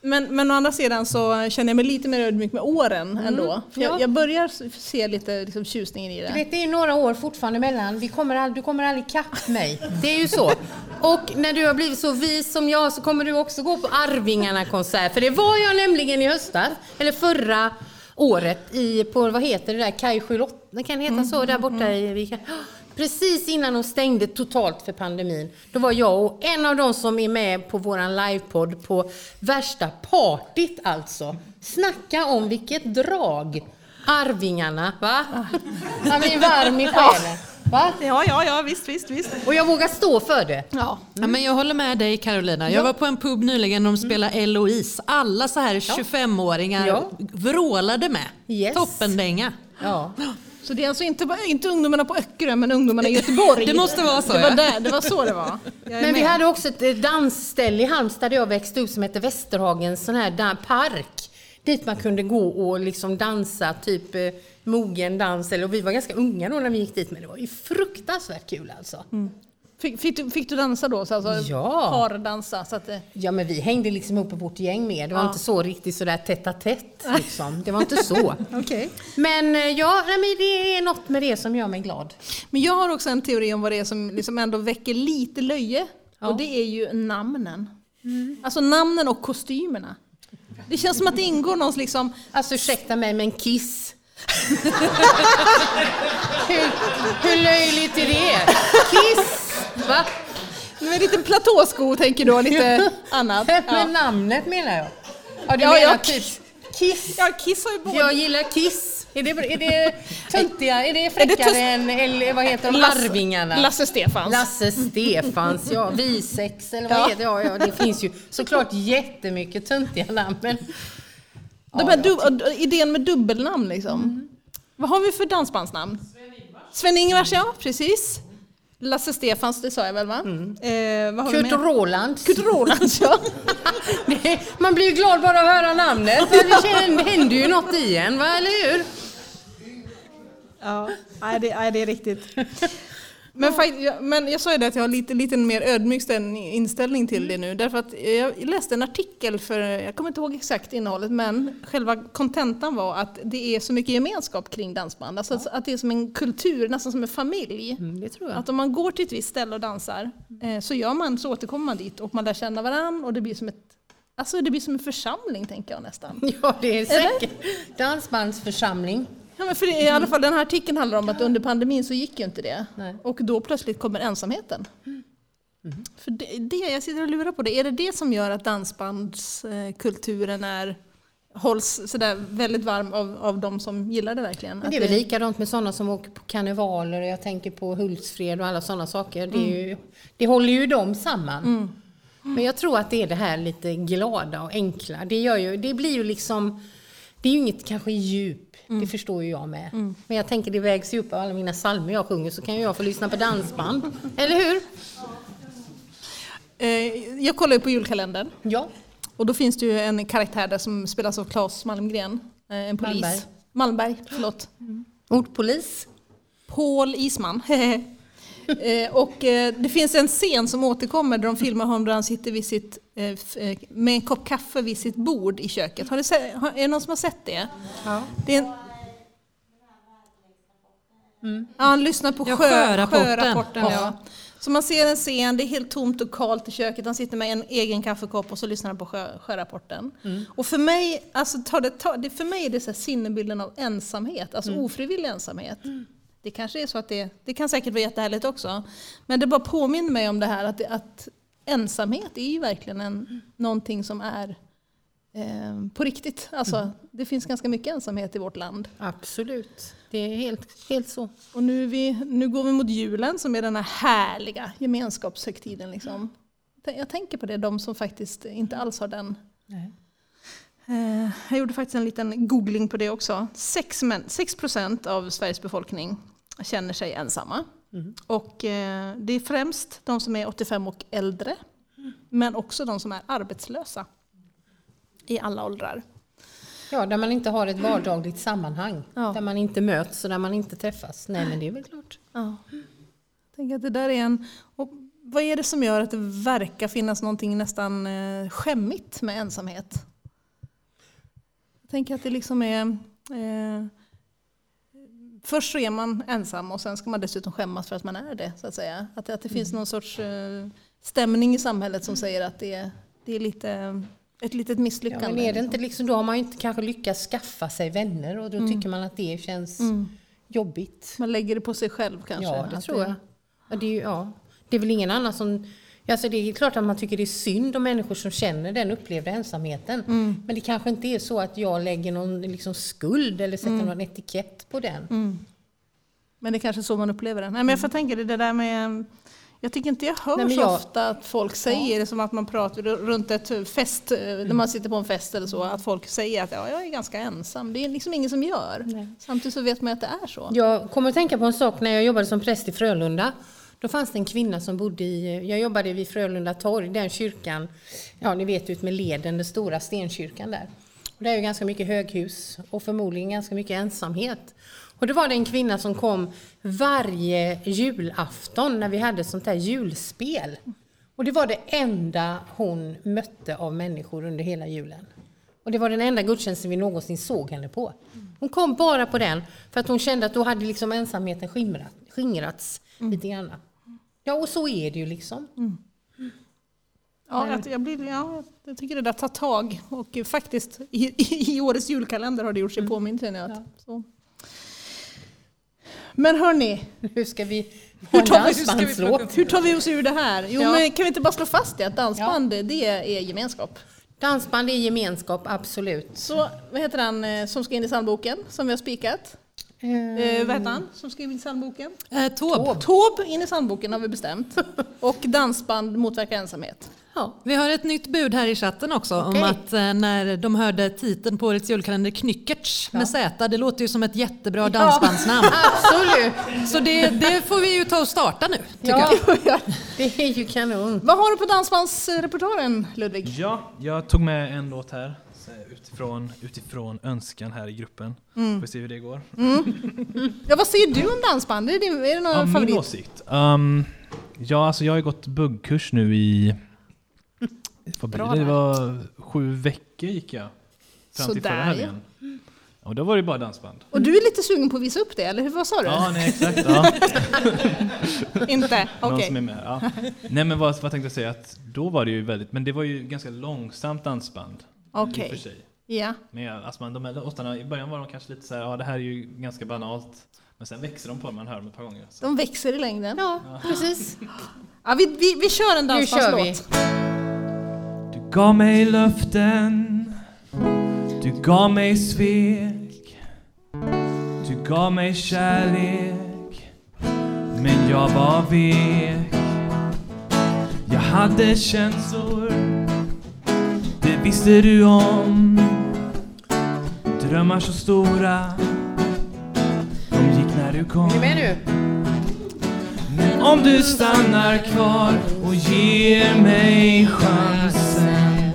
Speaker 1: Men, men å andra sidan så känner jag mig lite mer ödmjuk med åren ändå. För
Speaker 2: Mm. ja.
Speaker 1: jag, jag börjar s- se lite liksom, tjusningen i det.
Speaker 2: Du vet, det är ju några år fortfarande mellan. Vi kommer all, du kommer aldrig ikapp mig. Det är ju så. Och när du har blivit så vis som jag så kommer du också gå på Arvingarna-konsert. För det var jag nämligen i höstas, eller förra året, i, på vad heter det där, Kaj 78, det kan heta så, där borta i Vika. Precis innan de stängde totalt för pandemin, då var jag och en av de som är med på våran livepodd på värsta partyt alltså. Snacka om vilket drag! Arvingarna, va? Man blir varm i själen. Va?
Speaker 1: Ja, ja, ja, visst, visst, visst.
Speaker 2: Och jag vågar stå för det.
Speaker 1: Ja.
Speaker 3: Ja, men jag håller med dig Carolina. Jag var på en pub nyligen där de spelade Eloise. Alla så här 25-åringar
Speaker 2: Ja.
Speaker 3: vrålade med.
Speaker 2: Yes.
Speaker 3: Toppendänga.
Speaker 2: Ja.
Speaker 1: Så det är alltså inte, bara- inte ungdomarna på Öckerö men ungdomarna i Göteborg.
Speaker 3: Det måste vara så,
Speaker 1: Det var,
Speaker 3: ja.
Speaker 1: där, det var så det var. Jag är
Speaker 2: Men vi
Speaker 1: med.
Speaker 2: hade också ett eh, dansställe i Halmstad där jag växte upp som hette Västerhagens sån här da- park. Dit man kunde gå och liksom dansa, typ eh, mogen dans. Eller, och vi var ganska unga då när vi gick dit, men det var ju fruktansvärt kul alltså.
Speaker 1: fick, fick, du, fick du dansa då? Så alltså,
Speaker 2: Ja.
Speaker 1: Pardansa? Så att eh. det...
Speaker 2: Ja men vi hängde liksom upp på vårt gäng med. Det var inte så riktigt sådär tätt a tätt liksom. Det var inte så.
Speaker 1: Okej.
Speaker 2: Men eh, ja, nej, men det är något med det som gör mig glad.
Speaker 1: Men jag har också en teori om vad det är som liksom ändå väcker lite löje. Och det är ju namnen. Alltså namnen och kostymerna. Det känns som att det ingår någons liksom...
Speaker 2: Alltså ursäkta mig, men Kiss. hur, hur löjligt är det? Kiss! Va?
Speaker 1: Med en liten platåsko tänker du och lite annat.
Speaker 2: Men
Speaker 1: Ja,
Speaker 2: namnet menar jag. Ja, du
Speaker 1: Ja,
Speaker 2: menar
Speaker 1: jag-
Speaker 2: typ Kiss.
Speaker 1: ja Kiss har ju både...
Speaker 2: Jag gillar Kiss. Är det, är det töntiga? Är det fräckare
Speaker 1: töst-
Speaker 2: än eller, vad heter de?
Speaker 1: Lasse-
Speaker 2: Arvingarna?
Speaker 1: Lasse Stefans.
Speaker 2: Lasse Stefans, ja. Vi sex eller vad
Speaker 1: Ja.
Speaker 2: heter det? Ja, ja, det finns ju såklart jättemycket töntiga namn. Men
Speaker 1: De här dub- och- och idén med dubbelnamn liksom. Vad har vi för dansbandsnamn? Sven-Ingvars. ja, precis. Lasse Stefans, det sa jag väl va? Eh, vad har vi
Speaker 2: Kurt
Speaker 1: mer?
Speaker 2: Roland.
Speaker 1: Kurt Rolands, ja.
Speaker 2: Det- Man blir ju glad bara att höra namnet. va? Det känner- det händer ju något i en, va? eller hur?
Speaker 1: Ja, nej det, nej, det är riktigt. Men, fakt- jag, men jag sa ju det att jag har lite, lite mer ödmjuk ställning- inställning till det nu. Därför att jag läste en artikel för, jag kommer inte ihåg exakt innehållet, men själva kontentan var att det är så mycket gemenskap kring dansband. Alltså att- att det är som en kultur, nästan som en familj.
Speaker 2: Det tror
Speaker 1: Att om man går till ett visst ställe och dansar
Speaker 2: Mm.
Speaker 1: eh, så gör man, så återkommer man dit och man lär känna varandra och det blir som ett Alltså det blir som en församling tänker jag nästan.
Speaker 2: Ja, det är säkert. Dansbandsförsamling.
Speaker 1: Ja, men för det, I alla fall den här artikeln handlar om att under pandemin så gick ju inte det.
Speaker 2: Nej. Mm.
Speaker 1: Och då plötsligt kommer ensamheten. För det, det, jag sitter och lurar på det. Är det det som gör att dansbandskulturen är, hålls sådär väldigt varm av, av de som gillar det verkligen?
Speaker 2: Men det är väl likadant med sådana som åker på karnevaler och jag tänker på Hultsfred och alla sådana saker. Det, är ju, det håller ju dem samman. Men jag tror att det är det här lite glada och enkla. Det, gör ju, det blir ju liksom, det är ju inget kanske djup, det förstår ju jag med. Men jag tänker det vägs ju upp av alla mina psalmer jag sjunger så kan ju jag få lyssna på dansband. Eller hur?
Speaker 1: Eh, Jag kollar ju på julkalendern.
Speaker 2: Ja.
Speaker 1: Och då finns det ju en karaktär där som spelas av Claes Malmgren, eh, en polis.
Speaker 2: Malmberg.
Speaker 1: Malmberg. Malmberg, förlåt.
Speaker 2: Ordpolis.
Speaker 1: Paul Isman. Eh, och eh, det finns en scen som återkommer där de filmar honom där han sitter vid sitt, eh, f- eh, med en kopp kaffe vid sitt bord i köket. Har ni se- har, är det någon som har sett det?
Speaker 2: Ja.
Speaker 1: det är en, Ja, han lyssnar på
Speaker 3: Ja,
Speaker 1: sjö,
Speaker 3: sjörapporten.
Speaker 1: sjörapporten ja.
Speaker 3: Ja.
Speaker 1: Så man ser en scen, det är helt tomt och kallt i köket. Han sitter med en egen kaffekopp och så lyssnar han på sjö, sjörapporten. Och för mig, alltså, tar det, tar, det, för mig är det så här sinnebilden av ensamhet, alltså ofrivillig ensamhet. Det kanske är så att det, det kan säkert vara jättehärligt också. Men det bara påminner mig om det här att, det- att ensamhet är ju verkligen en, någonting som är eh, på riktigt. Alltså, Det finns ganska mycket ensamhet i vårt land.
Speaker 2: Absolut. Det är helt, helt så.
Speaker 1: Och nu, är vi, nu går vi mot julen som är den här härliga gemenskapshögtiden. Liksom. T- Jag tänker på det, de som faktiskt inte alls har den. Eh, Jag gjorde faktiskt en liten googling på det också. 6, män, 6% av Sveriges befolkning känner sig ensamma. Och eh, det är främst de som är 85 och äldre, men också de som är arbetslösa i alla åldrar.
Speaker 2: Ja, där man inte har ett vardagligt sammanhang.
Speaker 1: Ja.
Speaker 2: Där man inte möts och där man inte träffas. Nej, men det är väl klart.
Speaker 1: Ja. Tänk att det där är en... Och vad är det som gör att det verkar finnas någonting nästan eh, skämmigt med ensamhet? Jag tänker att det liksom är... Eh, först så är man ensam och sen ska man dessutom skämmas för att man är det. Så att, säga. att, att det finns
Speaker 2: Mm.
Speaker 1: någon sorts eh, stämning i samhället som säger att det är, det är lite, ett litet
Speaker 2: Ja,
Speaker 1: misslyckande.
Speaker 2: men är det
Speaker 1: liksom.
Speaker 2: inte liksom, då har man ju inte kanske lyckats skaffa sig vänner och då tycker man att det känns jobbigt.
Speaker 1: Man lägger det på sig själv kanske.
Speaker 2: Mm. Ja, det
Speaker 1: att
Speaker 2: tror jag. Ja, det, är ju, ja. det är väl ingen annan som... Alltså det är klart att man tycker det är synd om människor som känner den upplevda ensamheten. Men det kanske inte är så att jag lägger någon liksom skuld eller sätter någon etikett på den.
Speaker 1: Men det är kanske är så man upplever det. Nej, men jag får tänka det, det där med... Jag tycker inte jag hör
Speaker 2: Mm. Nej, men
Speaker 1: så
Speaker 2: jag-
Speaker 1: ofta att folk säger det som att man pratar r- runt ett fest, eh, när
Speaker 2: Mm.
Speaker 1: man sitter på en fest eller så, att folk säger att ja, jag är ganska ensam. Det är liksom ingen som gör. Samtidigt så vet man ju att det är så.
Speaker 2: Jag kommer att tänka på en sak när jag jobbade som präst i Frölunda. Då fanns det en kvinna som bodde i, jag jobbade vid Frölunda torg, den kyrkan, ja ni vet ut med leden, den stora stenkyrkan där. Och det är ju ganska mycket höghus och förmodligen ganska mycket ensamhet. Och då var det en kvinna som kom varje julafton när vi hade sånt där julspel. Och det var det enda hon mötte av människor under hela julen. Och det var den enda gudstjänsten vi någonsin såg henne på. Hon kom bara på den för att hon kände att då hade liksom ensamheten skimrat, skingrats
Speaker 1: Mm.
Speaker 2: lite grann. Ja, och så är det ju liksom.
Speaker 1: Ja, jag, jag, blir, ja, jag tycker det där tar tag. Och eh, faktiskt, i, i årets julkalender har det gjort sig
Speaker 2: Mm.
Speaker 1: påmint känner jag. att- Så. Men hörni,
Speaker 2: Hur ska vi ha
Speaker 1: hur
Speaker 2: en
Speaker 1: tar, vi, hur, ska vi
Speaker 2: dansbandslåt?
Speaker 1: plocka- hur tar vi oss ur det här? Jo,
Speaker 2: Ja.
Speaker 1: men kan vi inte bara slå fast det, att dansband det är gemenskap?
Speaker 2: Dansband är gemenskap, absolut.
Speaker 1: Så vad heter han eh, som ska in i psalmboken som vi har spikat? Eh, vad heter han som ska in i psalmboken?
Speaker 3: Eh, Tåb.
Speaker 1: Tob in i psalmboken har vi bestämt. Och dansband motverkar ensamhet.
Speaker 2: Ja.
Speaker 3: Vi har ett nytt bud här i chatten också
Speaker 2: Okej.
Speaker 3: om att eh, när de hörde titeln på årets julkalender, Knyckertz med Z, det låter ju som ett jättebra dansbandsnamn.
Speaker 2: Absolut!
Speaker 3: Så det, det får vi ju ta och starta nu.
Speaker 2: Ja, det är ju kanon.
Speaker 1: Vad har du på dansbandsrepertoaren Ludvig?
Speaker 4: Ja, jag tog med en låt här så här, utifrån, utifrån önskan här i gruppen.
Speaker 1: Mm.
Speaker 4: Får se hur det går.
Speaker 1: Ja, vad säger du om dansband? Är det, är det någon
Speaker 4: Ja, min
Speaker 1: favorit?
Speaker 4: åsikt? Ehm, ja, alltså jag har ju gått buggkurs nu i... Vad blir
Speaker 1: Bra
Speaker 4: det? det
Speaker 1: där.
Speaker 4: var sju veckor gick jag. Fram till
Speaker 1: Sådär,
Speaker 4: förra
Speaker 1: ja.
Speaker 4: helgen. Och då var det ju bara dansband.
Speaker 1: Och du är lite sugen på att visa upp det, eller hur? Vad sa du?
Speaker 4: Ja, nej exakt. Ja.
Speaker 1: Inte?
Speaker 4: Någon
Speaker 1: Okej.
Speaker 4: som är med. Ja. Nej men vad, vad tänkte jag säga? Att då var det ju väldigt... Men det var ju ganska långsamt dansband. I och för
Speaker 1: Okej.
Speaker 4: sig.
Speaker 1: Ja.
Speaker 4: Men jag, alltså man, de här låtarna, i början var de kanske lite så här, ja det här är ju ganska banalt. Men sen växer de på när man hör dem ett par gånger. Så.
Speaker 1: De växer i längden. Ja.
Speaker 2: Precis.
Speaker 1: Ja, vi, vi, vi kör en
Speaker 2: Nu kör vi.
Speaker 1: dansbandslåt.
Speaker 5: Du gav mig löften Du gav mig svek Du gav mig kärlek Men jag var vek Jag hade känslor Det visste du om Drömmar så stora De gick när du kom
Speaker 2: Är ni med nu?
Speaker 5: men om du stannar kvar och ger mig chansen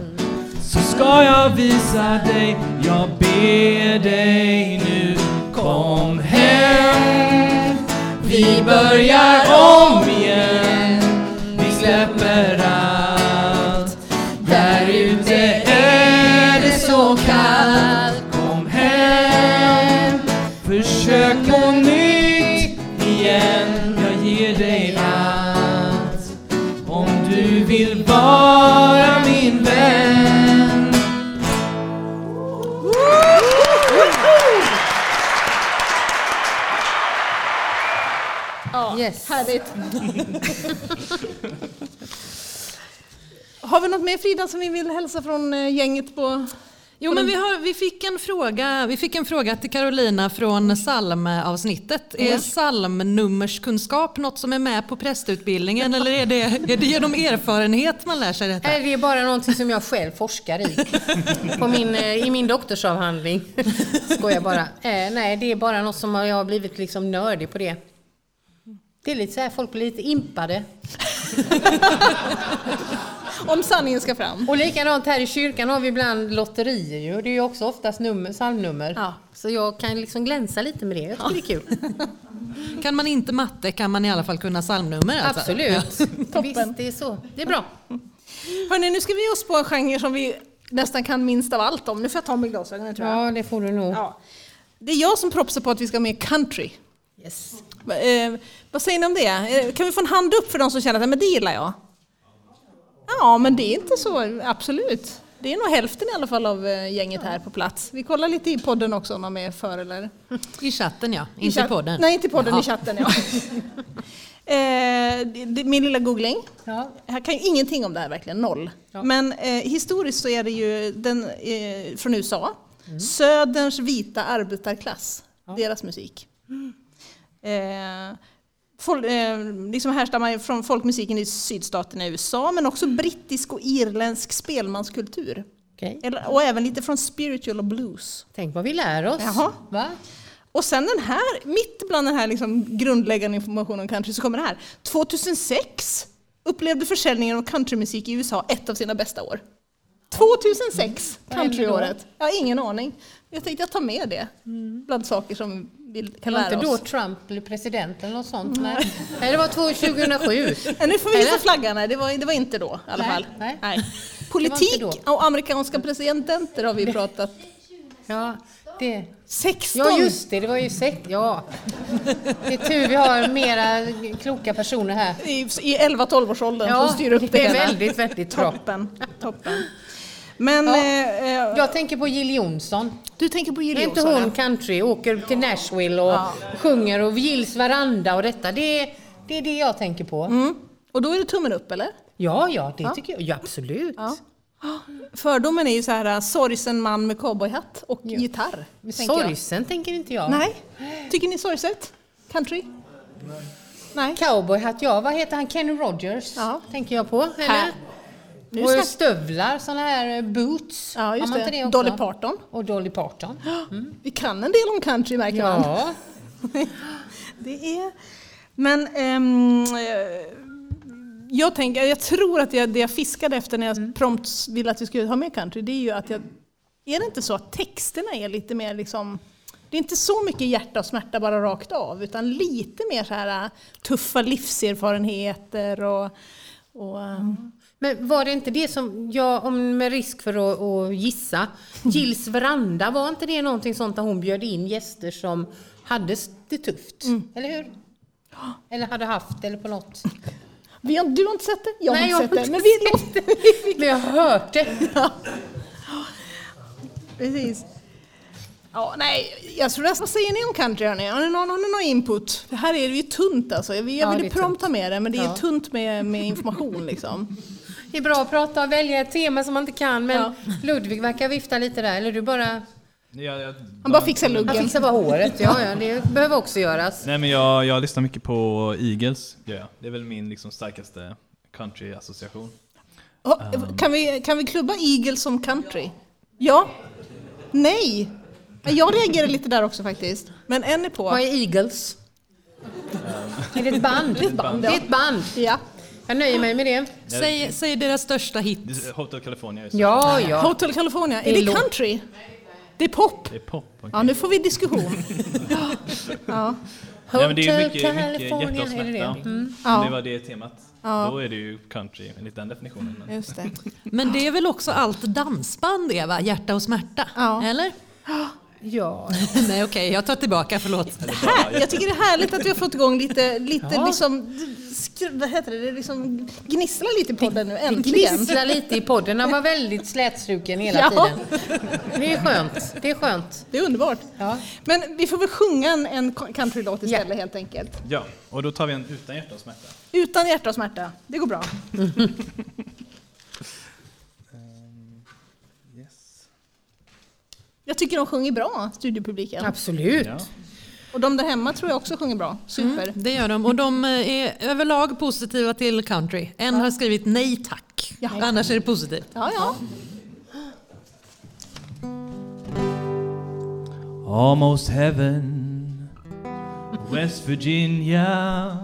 Speaker 5: Så ska jag visa dig, jag ber dig nu Kom hem, vi börjar om
Speaker 2: Yes.
Speaker 1: Härligt. Har vi något mer Frida som vi vill hälsa från eh, gänget på?
Speaker 3: Jo, men vi, har, vi, fick en fråga, vi fick en fråga till Carolina från psalmavsnittet. Är psalmnummerskunskap något som är med på prästutbildningen eller är det, är det genom erfarenhet man lär sig detta?
Speaker 2: Nej, det är bara någonting som jag själv forskar i. På min, eh, I min doktorsavhandling. Skojar bara. Eh, nej, det är bara något som jag har blivit liksom nördig på det. Det är lite så här, folk blir lite impade.
Speaker 1: Om sanningen ska fram.
Speaker 2: Och likadant här i kyrkan har vi ibland lotterier ju. och Det är ju också oftast nummer, psalmnummer.
Speaker 1: Ja.
Speaker 2: Så jag kan liksom glänsa lite med det. Jag tycker det är kul.
Speaker 3: Kan man inte matte kan man i alla fall kunna psalmnummer. Alltså.
Speaker 2: Absolut. Visst, det är så. Det är bra.
Speaker 1: Hörrni, nu ska vi ge oss på en genre som vi nästan kan minst av allt om. Nu får jag ta mig glasögonen tror jag.
Speaker 2: Ja, det får du nog.
Speaker 1: Ja. Det är jag som propsar på att vi ska ha med country.
Speaker 2: Yes.
Speaker 1: Va- Eh, vad säger ni om det? Eh, Kan vi få en hand upp för de som känner att "Nej, men det gillar jag? Ja, men det är inte så, absolut. Det är nog hälften i alla fall av eh, gänget här på plats. Vi kollar lite i podden också om de är för eller...
Speaker 3: I chatten ja,
Speaker 1: I
Speaker 3: inte i
Speaker 1: chatt-
Speaker 3: podden.
Speaker 1: Nej, inte i podden, i
Speaker 3: Ja.
Speaker 1: chatten ja. eh, det, det, min lilla googling.
Speaker 2: Ja.
Speaker 1: Jag kan ju ingenting om det här verkligen, noll.
Speaker 2: Ja.
Speaker 1: Men eh, historiskt så är det ju den, eh, från USA. Söderns vita arbetarklass, deras musik. Eh, fol, eh, liksom härstammar ju från folkmusiken i sydstaterna i USA men också brittisk och irländsk spelmanskultur.
Speaker 2: Okej.
Speaker 1: Eller, och även lite från spiritual och blues.
Speaker 2: Tänk vad vi lär oss.
Speaker 1: Jaha.
Speaker 2: Va?
Speaker 1: Och sen den här, mitt bland den här liksom grundläggande informationen om country så kommer det här. 2006 upplevde försäljningen av countrymusik i USA ett av sina bästa år. 2006,
Speaker 2: Mm. Vad hände då?
Speaker 1: countryåret. Jag har ingen aning. Jag tänkte jag tar med det bland saker som vi kan
Speaker 2: Det var inte
Speaker 1: lära
Speaker 2: då
Speaker 1: oss. Mm.
Speaker 2: Trump blev president eller något sånt? Nej, Nej det var 2007.
Speaker 1: Ja, nu får vi visa
Speaker 2: Eller?
Speaker 1: flaggan här, det var, det var inte då i alla
Speaker 2: Nej,
Speaker 1: fall.
Speaker 2: nej.
Speaker 1: Politik
Speaker 2: Det var inte
Speaker 1: och amerikanska presidenter har vi pratat.
Speaker 2: Ja, det.
Speaker 1: 16!
Speaker 2: ja just det, det var ju sekt. Ja. Det är tur vi har mera kloka personer här.
Speaker 1: I, i 11-12-årsåldern
Speaker 2: Ja,
Speaker 1: som styr upp det
Speaker 2: det är
Speaker 1: hela.
Speaker 2: väldigt, väldigt bra.
Speaker 1: Toppen. Toppen. Men
Speaker 2: Ja.
Speaker 1: eh, eh,
Speaker 2: Jag tänker på Jill Johnson.
Speaker 1: Du tänker på Jill
Speaker 2: Är inte
Speaker 1: Johnson?
Speaker 2: hon country? Åker till Nashville och
Speaker 1: Ja.
Speaker 2: sjunger och Jills veranda och detta. Det är, det är det jag tänker på.
Speaker 1: ja. Mm. Och då är det tummen upp eller?
Speaker 2: Ja, ja, det tycker jag. Ja, absolut.
Speaker 1: Fördomen är ju så här, äh, sorgsen man med cowboyhatt och
Speaker 2: Ja.
Speaker 1: gitarr.
Speaker 2: Men
Speaker 1: tänker jag.
Speaker 2: Sorgsen tänker inte jag.
Speaker 1: Nej. Tycker ni sorgset? Country? Nej.
Speaker 2: Cowboyhatt, ja. Vad heter han? Kenny Rogers
Speaker 1: Ja.
Speaker 2: tänker jag på. Eller?
Speaker 1: Här. Nu
Speaker 2: och
Speaker 1: ska...
Speaker 2: stövlar, sådana här eh, boots.
Speaker 1: Ja, just
Speaker 2: Har man
Speaker 1: det.
Speaker 2: inte också?
Speaker 1: Dolly Parton.
Speaker 2: Och Dolly Parton.
Speaker 1: Vi kan en del om country märker man.
Speaker 2: Ja.
Speaker 1: Det är... Men ehm, eh, jag, tänker, jag tror att jag, det jag fiskade efter när jag prompt ville att vi skulle ha med country, det är ju att jag... Är det inte så att texterna är lite mer liksom... Det är inte så mycket hjärta och smärta bara rakt av, utan lite mer så här äh, tuffa livserfarenheter och... och äh,
Speaker 2: Men var det inte det som, jag, om med risk för att, att gissa, Jills veranda, var inte det någonting sånt där hon bjöd in gäster som hade det tufft?
Speaker 1: Mm.
Speaker 2: Eller hur? Eller hade haft eller på något.
Speaker 1: Vi har, du har inte sett det, jag
Speaker 2: Nej,
Speaker 1: har
Speaker 2: jag
Speaker 1: inte
Speaker 2: har
Speaker 1: sett det.
Speaker 2: inte
Speaker 1: Men vi låter
Speaker 2: Men jag har hört det.
Speaker 1: Precis. Ja, nej, jag tror nästan, vad säger ni om country hörni? Har ni någon, har ni någon input? Det här är ju tunt alltså. Jag, jag
Speaker 2: Ja, det
Speaker 1: ville
Speaker 2: är
Speaker 1: prompt ha med det, men det är
Speaker 2: Ja.
Speaker 1: tunt med, med information liksom.
Speaker 2: Det är bra att prata och välja ett tema som man inte kan, men
Speaker 1: Ja.
Speaker 2: Ludvig verkar vifta lite där. Eller du bara...
Speaker 4: Jag, jag,
Speaker 1: Han bara fixar luggen.
Speaker 2: Han fixar bara håret. Ja, ja, det behöver också göras.
Speaker 4: Nej men jag, jag lyssnar mycket på Eagles, gör jag. Det är väl min liksom starkaste country-association.
Speaker 1: Ja, kan, vi, kan vi klubba Eagle som country? Ja? Nej? Jag reagerar lite där också faktiskt. Men en är
Speaker 2: Vad
Speaker 1: på.
Speaker 2: är Eagles? Är det ett band? Det är ett
Speaker 1: band,
Speaker 2: Det är ett band.
Speaker 1: Ja.
Speaker 2: Jag nöjer mig med det.
Speaker 3: Säg, säg deras största hit.
Speaker 4: Det är Hotel California just nu.
Speaker 2: Ja, ja.
Speaker 1: Hotel California,
Speaker 2: Det
Speaker 1: är
Speaker 2: är
Speaker 1: det
Speaker 2: låt.
Speaker 1: country? Det är pop.
Speaker 4: Det är pop. okej.
Speaker 1: Ja, nu får vi diskussion. Ja.
Speaker 4: Nej, men det är ju mycket,
Speaker 2: Hotel
Speaker 4: mycket hjärta och
Speaker 2: är det Mm. det?
Speaker 4: smärta.
Speaker 1: Ja.
Speaker 4: Om det var det temat, då är det ju country enligt den definitionen. Men.
Speaker 1: Just det.
Speaker 3: Men det är väl också allt dansband Eva, hjärta och smärta?
Speaker 1: Ja.
Speaker 3: Eller?
Speaker 2: Ja,
Speaker 3: Nej okej, jag tar tillbaka, förlåt.
Speaker 1: Här, jag tycker det är härligt att vi har fått igång lite, lite
Speaker 2: Ja.
Speaker 1: liksom, skru- vad heter det, det är liksom gnisslar lite i podden nu äntligen.
Speaker 2: gnissla lite i podden. Han var väldigt slätstruken hela
Speaker 1: Ja.
Speaker 2: tiden. Det är skönt. Det är skönt.
Speaker 1: Det är underbart.
Speaker 2: Ja.
Speaker 1: Men vi får väl sjunga en, en countrylåt istället helt enkelt.
Speaker 4: Ja, och då tar vi en utan hjärtasmärta.
Speaker 1: Utan hjärta och smärta, det går bra.
Speaker 4: Yes.
Speaker 1: Jag tycker de sjunger bra, studiopubliken.
Speaker 2: Absolut.
Speaker 4: Ja.
Speaker 1: Och de där hemma tror jag också sjunger bra. Super.
Speaker 3: Det gör de och de eh, är överlag positiva till country. En har skrivit nej tack,
Speaker 1: Ja.
Speaker 3: annars är det positivt.
Speaker 1: Ja, ja.
Speaker 5: Almost heaven, West Virginia,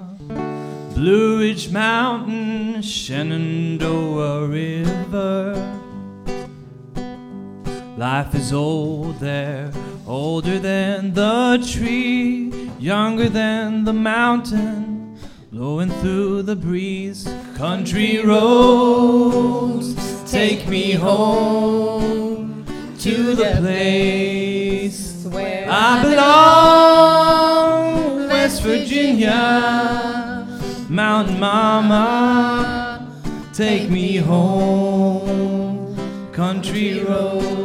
Speaker 5: Blue Ridge Mountain, Shenandoah River. Life is old there, older than the tree, younger than the mountain, blowing through the breeze. Country roads, take me home to the place
Speaker 2: Where
Speaker 5: I belong. West Virginia, Mountain Mama, take me home. Country roads.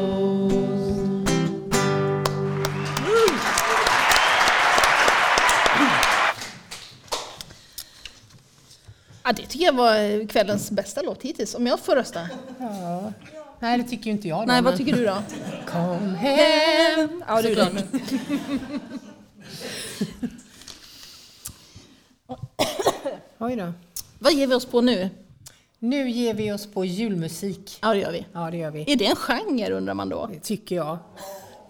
Speaker 1: ja. Det tycker jag var kvällens bästa låt hittills, om jag får rösta.
Speaker 2: Nej, det tycker ju inte jag. då,
Speaker 1: Nej,
Speaker 2: men-
Speaker 1: vad tycker du då?
Speaker 2: Kom hem.
Speaker 1: Ja, det är klart.
Speaker 2: Oj då.
Speaker 1: Vad ger vi oss på nu?
Speaker 2: Nu ger vi oss på julmusik.
Speaker 1: Ja, det gör vi.
Speaker 2: Ja, det gör vi.
Speaker 1: Är det en genre undrar man då?
Speaker 2: Det tycker jag.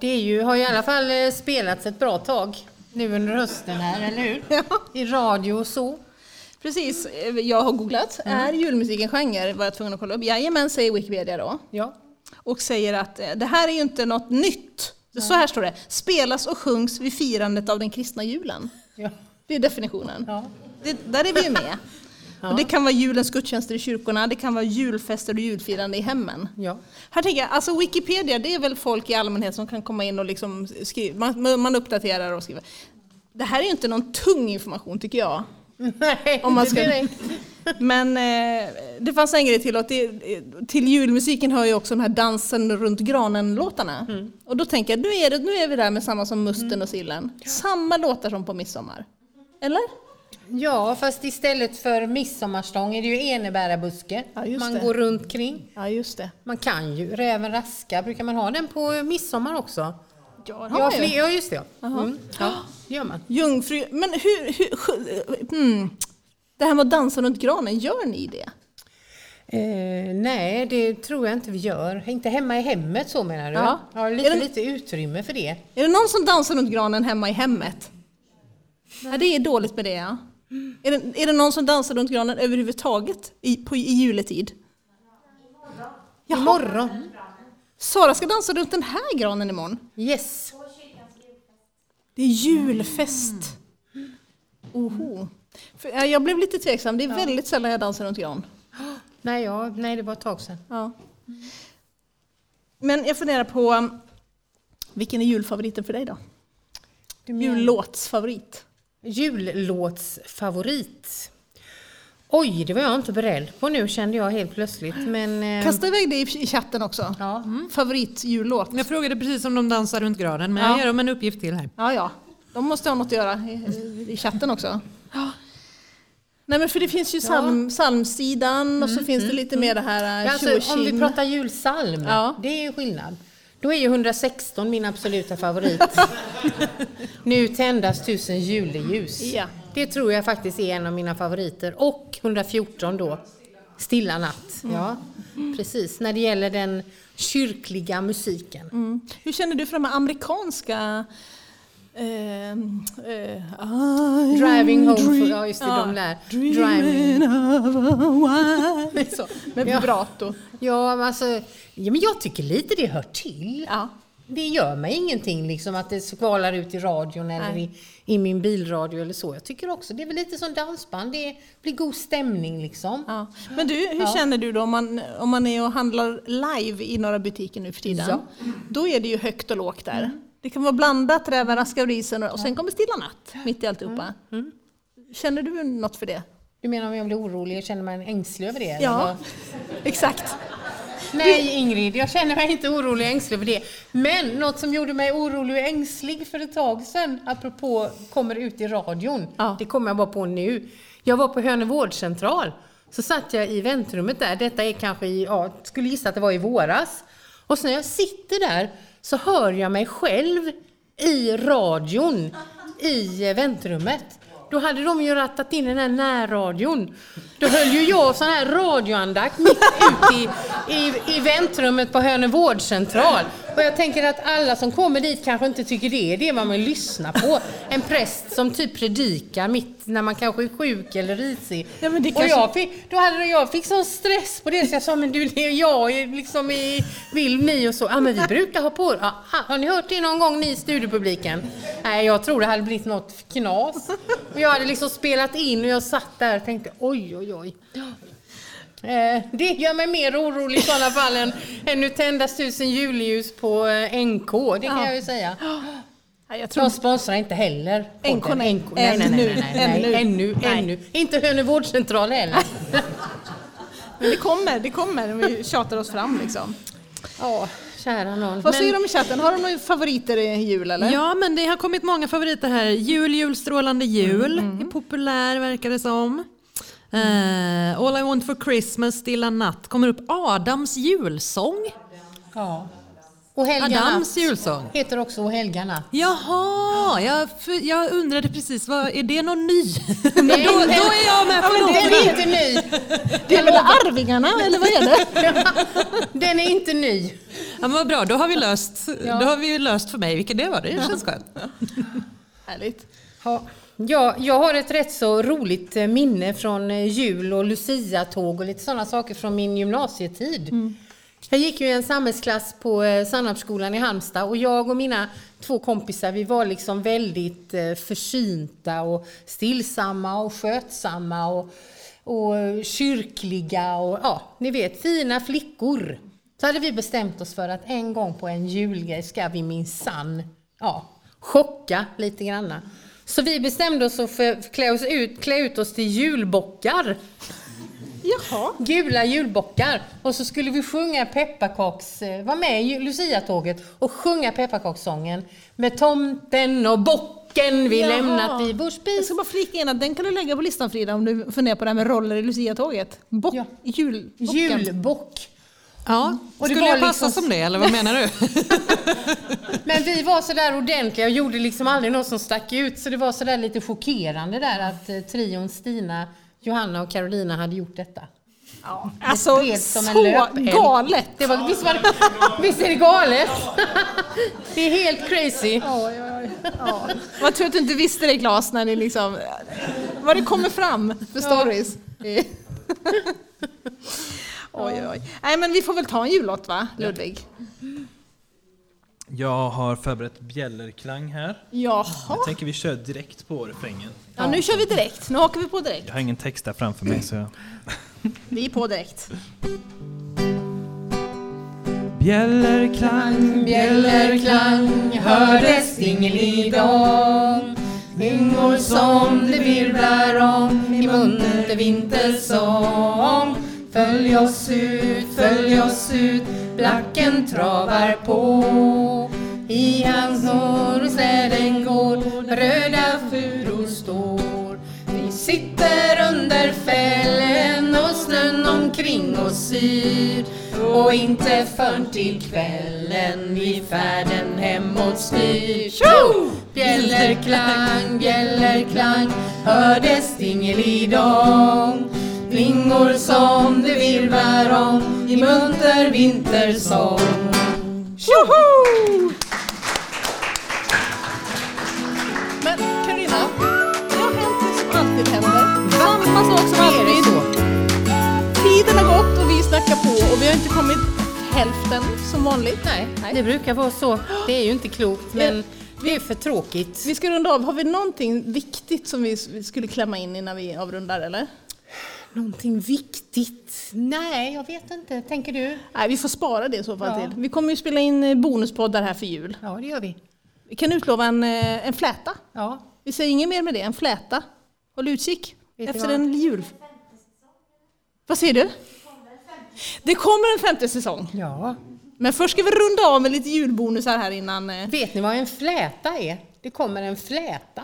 Speaker 2: Det är ju, har ju i alla fall eh, spelats ett bra tag nu under hösten här, eller hur?
Speaker 1: Ja,
Speaker 2: I radio och så.
Speaker 1: precis. Eh, Jag har googlat. Är julmusik en genre? Var jag tvungen att kolla upp. Jajamän, säger Wikipedia då.
Speaker 2: Ja.
Speaker 1: och säger att eh, det här är ju inte något nytt. Så här står det, spelas och sjungs vid firandet av den kristna julen.
Speaker 2: ja.
Speaker 1: Det är definitionen.
Speaker 2: ja.
Speaker 1: Det, där är vi ju med. Och det kan vara julens gudstjänster i kyrkorna, det kan vara julfester och julfirande i hemmen.
Speaker 2: ja.
Speaker 1: Här tänker jag, alltså Wikipedia det är väl folk i allmänhet som kan komma in och liksom skriva, man, man uppdaterar och skriver. Det här är ju inte någon tung information tycker jag.
Speaker 2: Nej,
Speaker 1: Om man
Speaker 2: det
Speaker 1: ska-
Speaker 2: blir det.
Speaker 1: Men eh, det fanns en grej till. Att det, eh, till julmusiken hör ju också de här dansen runt granen-låtarna. Och då tänker jag, nu är, det, nu är vi där med samma som musten och sillen. Samma låtar som på midsommar. Eller?
Speaker 2: Ja, fast istället för midsommarstång är det ju enebärabuske
Speaker 1: Ja, just
Speaker 2: man
Speaker 1: det.
Speaker 2: går runt kring.
Speaker 1: Ja, just det.
Speaker 2: Man kan ju, räven raska, brukar man ha den på midsommar också?
Speaker 1: Ja, det
Speaker 2: Ja,
Speaker 1: har man
Speaker 2: fler,
Speaker 1: ju.
Speaker 2: ja just det. ja. Mm. Ja, det gör man.
Speaker 1: Jungfru... Men hur... hur sj- hmm. Det här med att dansa runt granen, gör ni det?
Speaker 2: Eh, nej, det tror jag inte vi gör. Inte hemma i hemmet så menar du?
Speaker 1: Ja.
Speaker 2: Ja, lite,
Speaker 1: Är det-
Speaker 2: lite utrymme för det.
Speaker 1: Är det någon som dansar runt granen hemma i hemmet? Nej, det är dåligt med det ja. Är det, är det någon som dansar runt granen överhuvudtaget i, på, i juletid? Jaha,
Speaker 2: Imorgon?
Speaker 1: Sara ska dansa runt den här granen imorgon.
Speaker 2: Yes.
Speaker 1: Det är julfest. Oho. För, eh, jag blev lite tveksam, det är väldigt sällan jag dansar runt gran.
Speaker 2: Nej, ja, nej, det var ett tag sedan.
Speaker 1: Ja. Men jag funderar på, um, vilken är julfavoriten för dig då?
Speaker 2: Du menar-
Speaker 1: Jullåtsfavorit?
Speaker 2: Jullåtsfavorit. Oj, det var jag inte beredd på nu kände jag helt plötsligt. Men, eh,
Speaker 1: Kasta iväg det i i chatten också. Mm.
Speaker 2: ja.
Speaker 1: Favoritjullåt?
Speaker 3: Jag frågade precis om de dansar runt granen men
Speaker 1: Ja.
Speaker 3: jag ger dem en uppgift till här.
Speaker 1: Ja, ja. De måste ha något att göra i, i chatten också. Nej, men för det finns ju psalm, psalmsidan och så finns det lite mer det här eh, tjo och
Speaker 2: Mm. Alltså, om vi
Speaker 1: tjim.
Speaker 2: pratar julsalm,
Speaker 1: Ja.
Speaker 2: det är ju skillnad. Då är ju 116 min absoluta favorit. nu tändas tusen juleljus.
Speaker 1: Ja.
Speaker 2: Det tror jag faktiskt är en av mina favoriter. Och 114 då, Stilla natt. Ja,
Speaker 1: Mm.
Speaker 2: precis. När det gäller den kyrkliga musiken.
Speaker 1: Mm. Hur känner du för de här amerikanska... ehm, eh, I'm
Speaker 2: Driving home,
Speaker 1: dream-
Speaker 2: for, ja just det, de där. Driving.
Speaker 1: Dreaming of a wife. Så, Med
Speaker 2: Ja.
Speaker 1: vibrato.
Speaker 2: Ja, men alltså, ja, men jag tycker lite det hör till.
Speaker 1: Ja.
Speaker 2: Det gör mig ingenting liksom, att det skvalar ut i radion eller i, i min bilradio eller så. Jag tycker också det är väl lite som dansband, det blir god stämning liksom.
Speaker 1: Ja. Men du, hur känner du då om man, om man är och handlar live i några butiker nu för tiden?
Speaker 2: Ja.
Speaker 1: Då är det ju högt och lågt där. Det kan vara blandat, Räven raskar och risen och och sen kommer Stilla natt mitt i alltihopa. Känner du något för det?
Speaker 2: Du menar om jag blir orolig, känner man ängslig över det? eller
Speaker 1: Ja,
Speaker 2: vad?
Speaker 1: exakt.
Speaker 2: Nej Ingrid, jag känner mig inte orolig och ängslig för det. Men något som gjorde mig orolig och ängslig för ett tag sedan, apropå kommer ut i radion,
Speaker 1: Ja.
Speaker 2: det kommer jag bara på nu. Jag var på Hönö vårdcentral, så satt jag i väntrummet där, detta är kanske i, ja, skulle gissa att det var i våras. Och så när jag sitter där så hör jag mig själv i radion i eh, väntrummet. Då hade de ju rattat in den här närradion. Då höll ju jag sån här radioandakt mitt ute i, i, i väntrummet på Hönö vårdcentral. Och jag tänker att alla som kommer dit kanske inte tycker det är det man vill lyssna på. En präst som typ predikar mitt när man kanske är sjuk eller risig.
Speaker 1: Ja, men det
Speaker 2: och
Speaker 1: kanske-
Speaker 2: jag fick, då hade jag fick sån stress på det så jag sa men du det är jag är liksom i vill ni och så. Ja men vi brukar ha på. Ja, har ni hört det någon gång ni i studiepubliken? Nej jag tror det hade blivit något knas. Och jag hade liksom spelat in och jag satt där och tänkte oj oj oj. Eh, Det gör mig mer orolig i sådana fall än, än att tändas tusen julljus på eh, NK, det kan
Speaker 1: Ja.
Speaker 2: jag ju säga.
Speaker 1: Ja, Jag
Speaker 2: De
Speaker 1: tror
Speaker 2: sponsrar inte heller. podden.
Speaker 1: NK, nej.
Speaker 2: NK, nej, nej, nej, nej, nej,
Speaker 1: Ännu.
Speaker 2: nej. Ännu,
Speaker 1: Nej.
Speaker 2: ännu. Inte Hönö vårdcentral heller.
Speaker 1: men det kommer, det kommer. Vi tjatar oss fram liksom.
Speaker 2: Ja, kära nån.
Speaker 1: Vad säger de i chatten? Har de några favoriter i jul eller?
Speaker 3: Ja, men det har kommit många favoriter här. Jul, jul, strålande jul. Är populär verkar det som. Eh, All I want for Christmas, Stilla natt. Kommer upp Adams julsång.
Speaker 2: Ja. Och Helga
Speaker 3: Adams
Speaker 2: natt
Speaker 3: julsång.
Speaker 2: heter också Och Helga natt.
Speaker 3: Jaha, jag, för, jag undrade precis, vad, är det någon ny? Men
Speaker 2: Nej,
Speaker 3: då, då
Speaker 2: men-
Speaker 3: är jag med,
Speaker 2: Den
Speaker 3: förlåt.
Speaker 2: är inte ny!
Speaker 1: Det är väl Arvingarna eller vad är det?
Speaker 2: Den är inte ny.
Speaker 3: Ja, men vad bra, då har vi löst, då har vi ju löst för mig vilken det var. Det känns skönt.
Speaker 1: Härligt.
Speaker 2: Ja, jag, jag har ett rätt så roligt eh, minne från eh, jul och luciatåg och lite sådana saker från min gymnasietid. Jag gick ju i en samhällsklass på eh, Sannarpsskolan i Halmstad och jag och mina två kompisar vi var liksom väldigt eh, försynta och stillsamma och skötsamma och, och eh, kyrkliga och ja, ni vet fina flickor. Så hade vi bestämt oss för att en gång på en julgrej ska vi minsann ja, chocka lite granna. Så vi bestämde oss för att klä, oss ut, klä ut oss till julbockar.
Speaker 1: Jaha.
Speaker 2: Gula julbockar. Och så skulle vi sjunga pepparkaks... eh, Vara med i ju- Luciatåget och sjunga pepparkakssången. Med tomten och bocken vi
Speaker 1: Jaha.
Speaker 2: lämnat vid vår
Speaker 1: Jag
Speaker 2: spis.
Speaker 1: ska bara flika in att den kan du lägga på listan Frida om du funderar på det här med roller i Luciatåget. Bock,
Speaker 2: Ja.
Speaker 1: julbocken.
Speaker 2: Julbock.
Speaker 3: Ja,
Speaker 2: Och det
Speaker 3: skulle
Speaker 2: var
Speaker 3: jag passa
Speaker 2: liksom-
Speaker 3: som det eller vad menar du?
Speaker 2: Men vi var sådär ordentliga och gjorde liksom aldrig något som stack ut. Så det var sådär lite chockerande där att eh, trion Stina, Johanna och Carolina hade gjort detta.
Speaker 1: Ja. Alltså
Speaker 2: spred som en
Speaker 1: så
Speaker 2: löpeld.
Speaker 1: galet!
Speaker 2: Det var, visst, var det, visst är det galet? Det är helt crazy.
Speaker 1: Ja. Vad tur att du inte visste det Claes, när ni liksom, vad det kommer fram för stories. oj, oj, oj. Nej men vi får väl ta en jullåt va, Ludvig?
Speaker 4: Jag har förberett bjällerklang här.
Speaker 1: Jaha.
Speaker 4: Jag tänker vi kör direkt på refrängen.
Speaker 1: Ja, nu kör vi direkt. Nu hakar vi på direkt.
Speaker 4: Jag har ingen text där framför mig så jag...
Speaker 1: Vi är på direkt.
Speaker 5: Bjällerklang,
Speaker 2: Bjällerklang hördes singelidong Vingor som det virvlar om i munter vintersång Följ oss ut, följ oss ut, blacken travar på I hans norr släden går, röda furor står Vi sitter under fällen och snön omkring oss syr och inte förrän till kvällen vi färden hemåt styr Bjällerklang, bjällerklang hördes dingelidong Flingor som det virvlar om i munter vintersång
Speaker 1: Tjoho! Men Carina, det har hänt det som alltid händer. Samma sak som alltid. Tiden har gått och vi snackar på och vi har inte kommit hälften som vanligt. Nej.
Speaker 2: Det brukar vara så. Det är ju inte klokt men det är för tråkigt.
Speaker 1: Vi ska runda av. Har vi någonting viktigt som vi vi skulle klämma in innan vi avrundar eller?
Speaker 2: Någonting viktigt? Nej, jag vet inte. Tänker du?
Speaker 1: Nej, vi får spara det i så fall
Speaker 2: Ja.
Speaker 1: till. Vi kommer ju spela in eh, bonuspoddar här för jul.
Speaker 2: Ja, det gör vi.
Speaker 1: Vi kan utlova en, eh, en fläta.
Speaker 2: Ja,
Speaker 1: Vi säger inget mer med det, en fläta. Håll utkik
Speaker 2: Vet du
Speaker 1: efter
Speaker 2: vad?
Speaker 1: en jul. Vad säger du? Det kommer en femte säsong.
Speaker 2: ja.
Speaker 1: Men först ska vi runda av med lite julbonusar här innan. eh,
Speaker 2: Vet ni vad en fläta är? Det kommer en fläta.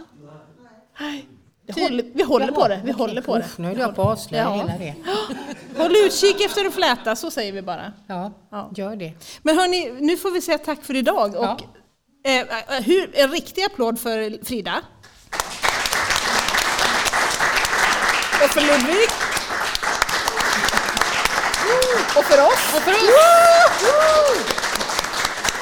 Speaker 1: Vi håller, vi håller på det. Vi håller på det.
Speaker 2: Uff, nu höll jag på att avslöja
Speaker 1: Ja.
Speaker 2: hela det.
Speaker 1: Håll utkik efter en fläta, så säger vi bara.
Speaker 2: Ja,
Speaker 1: Ja.
Speaker 2: gör det.
Speaker 1: Men hörni, nu får vi säga tack för idag. Och,
Speaker 2: Ja.
Speaker 1: eh, eh, hur, en riktig applåd för Frida. Och för Ludvig. Och för oss. Och för oss.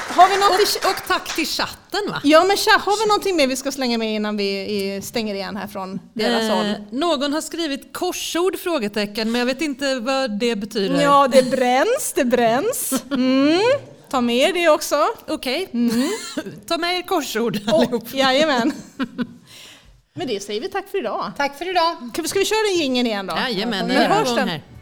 Speaker 1: Har vi något i,
Speaker 3: Och tack till chatten va?
Speaker 1: ja, men tja, har vi någonting mer vi ska slänga med innan vi eh, stänger igen här från deras håll?
Speaker 3: Eh, någon har skrivit korsord? frågetecken Men jag vet inte vad det betyder.
Speaker 1: Ja, det bränns, det bränns. Mm. Ta med er det också.
Speaker 3: Okej, ta med er korsord
Speaker 1: Oh, jajamän. Men det säger vi tack för idag.
Speaker 2: Tack för idag.
Speaker 1: Ska vi, ska vi köra den jingeln igen då?
Speaker 3: Jajamän,
Speaker 1: Vi
Speaker 3: den är
Speaker 1: hörs
Speaker 3: igång
Speaker 1: den.
Speaker 3: här.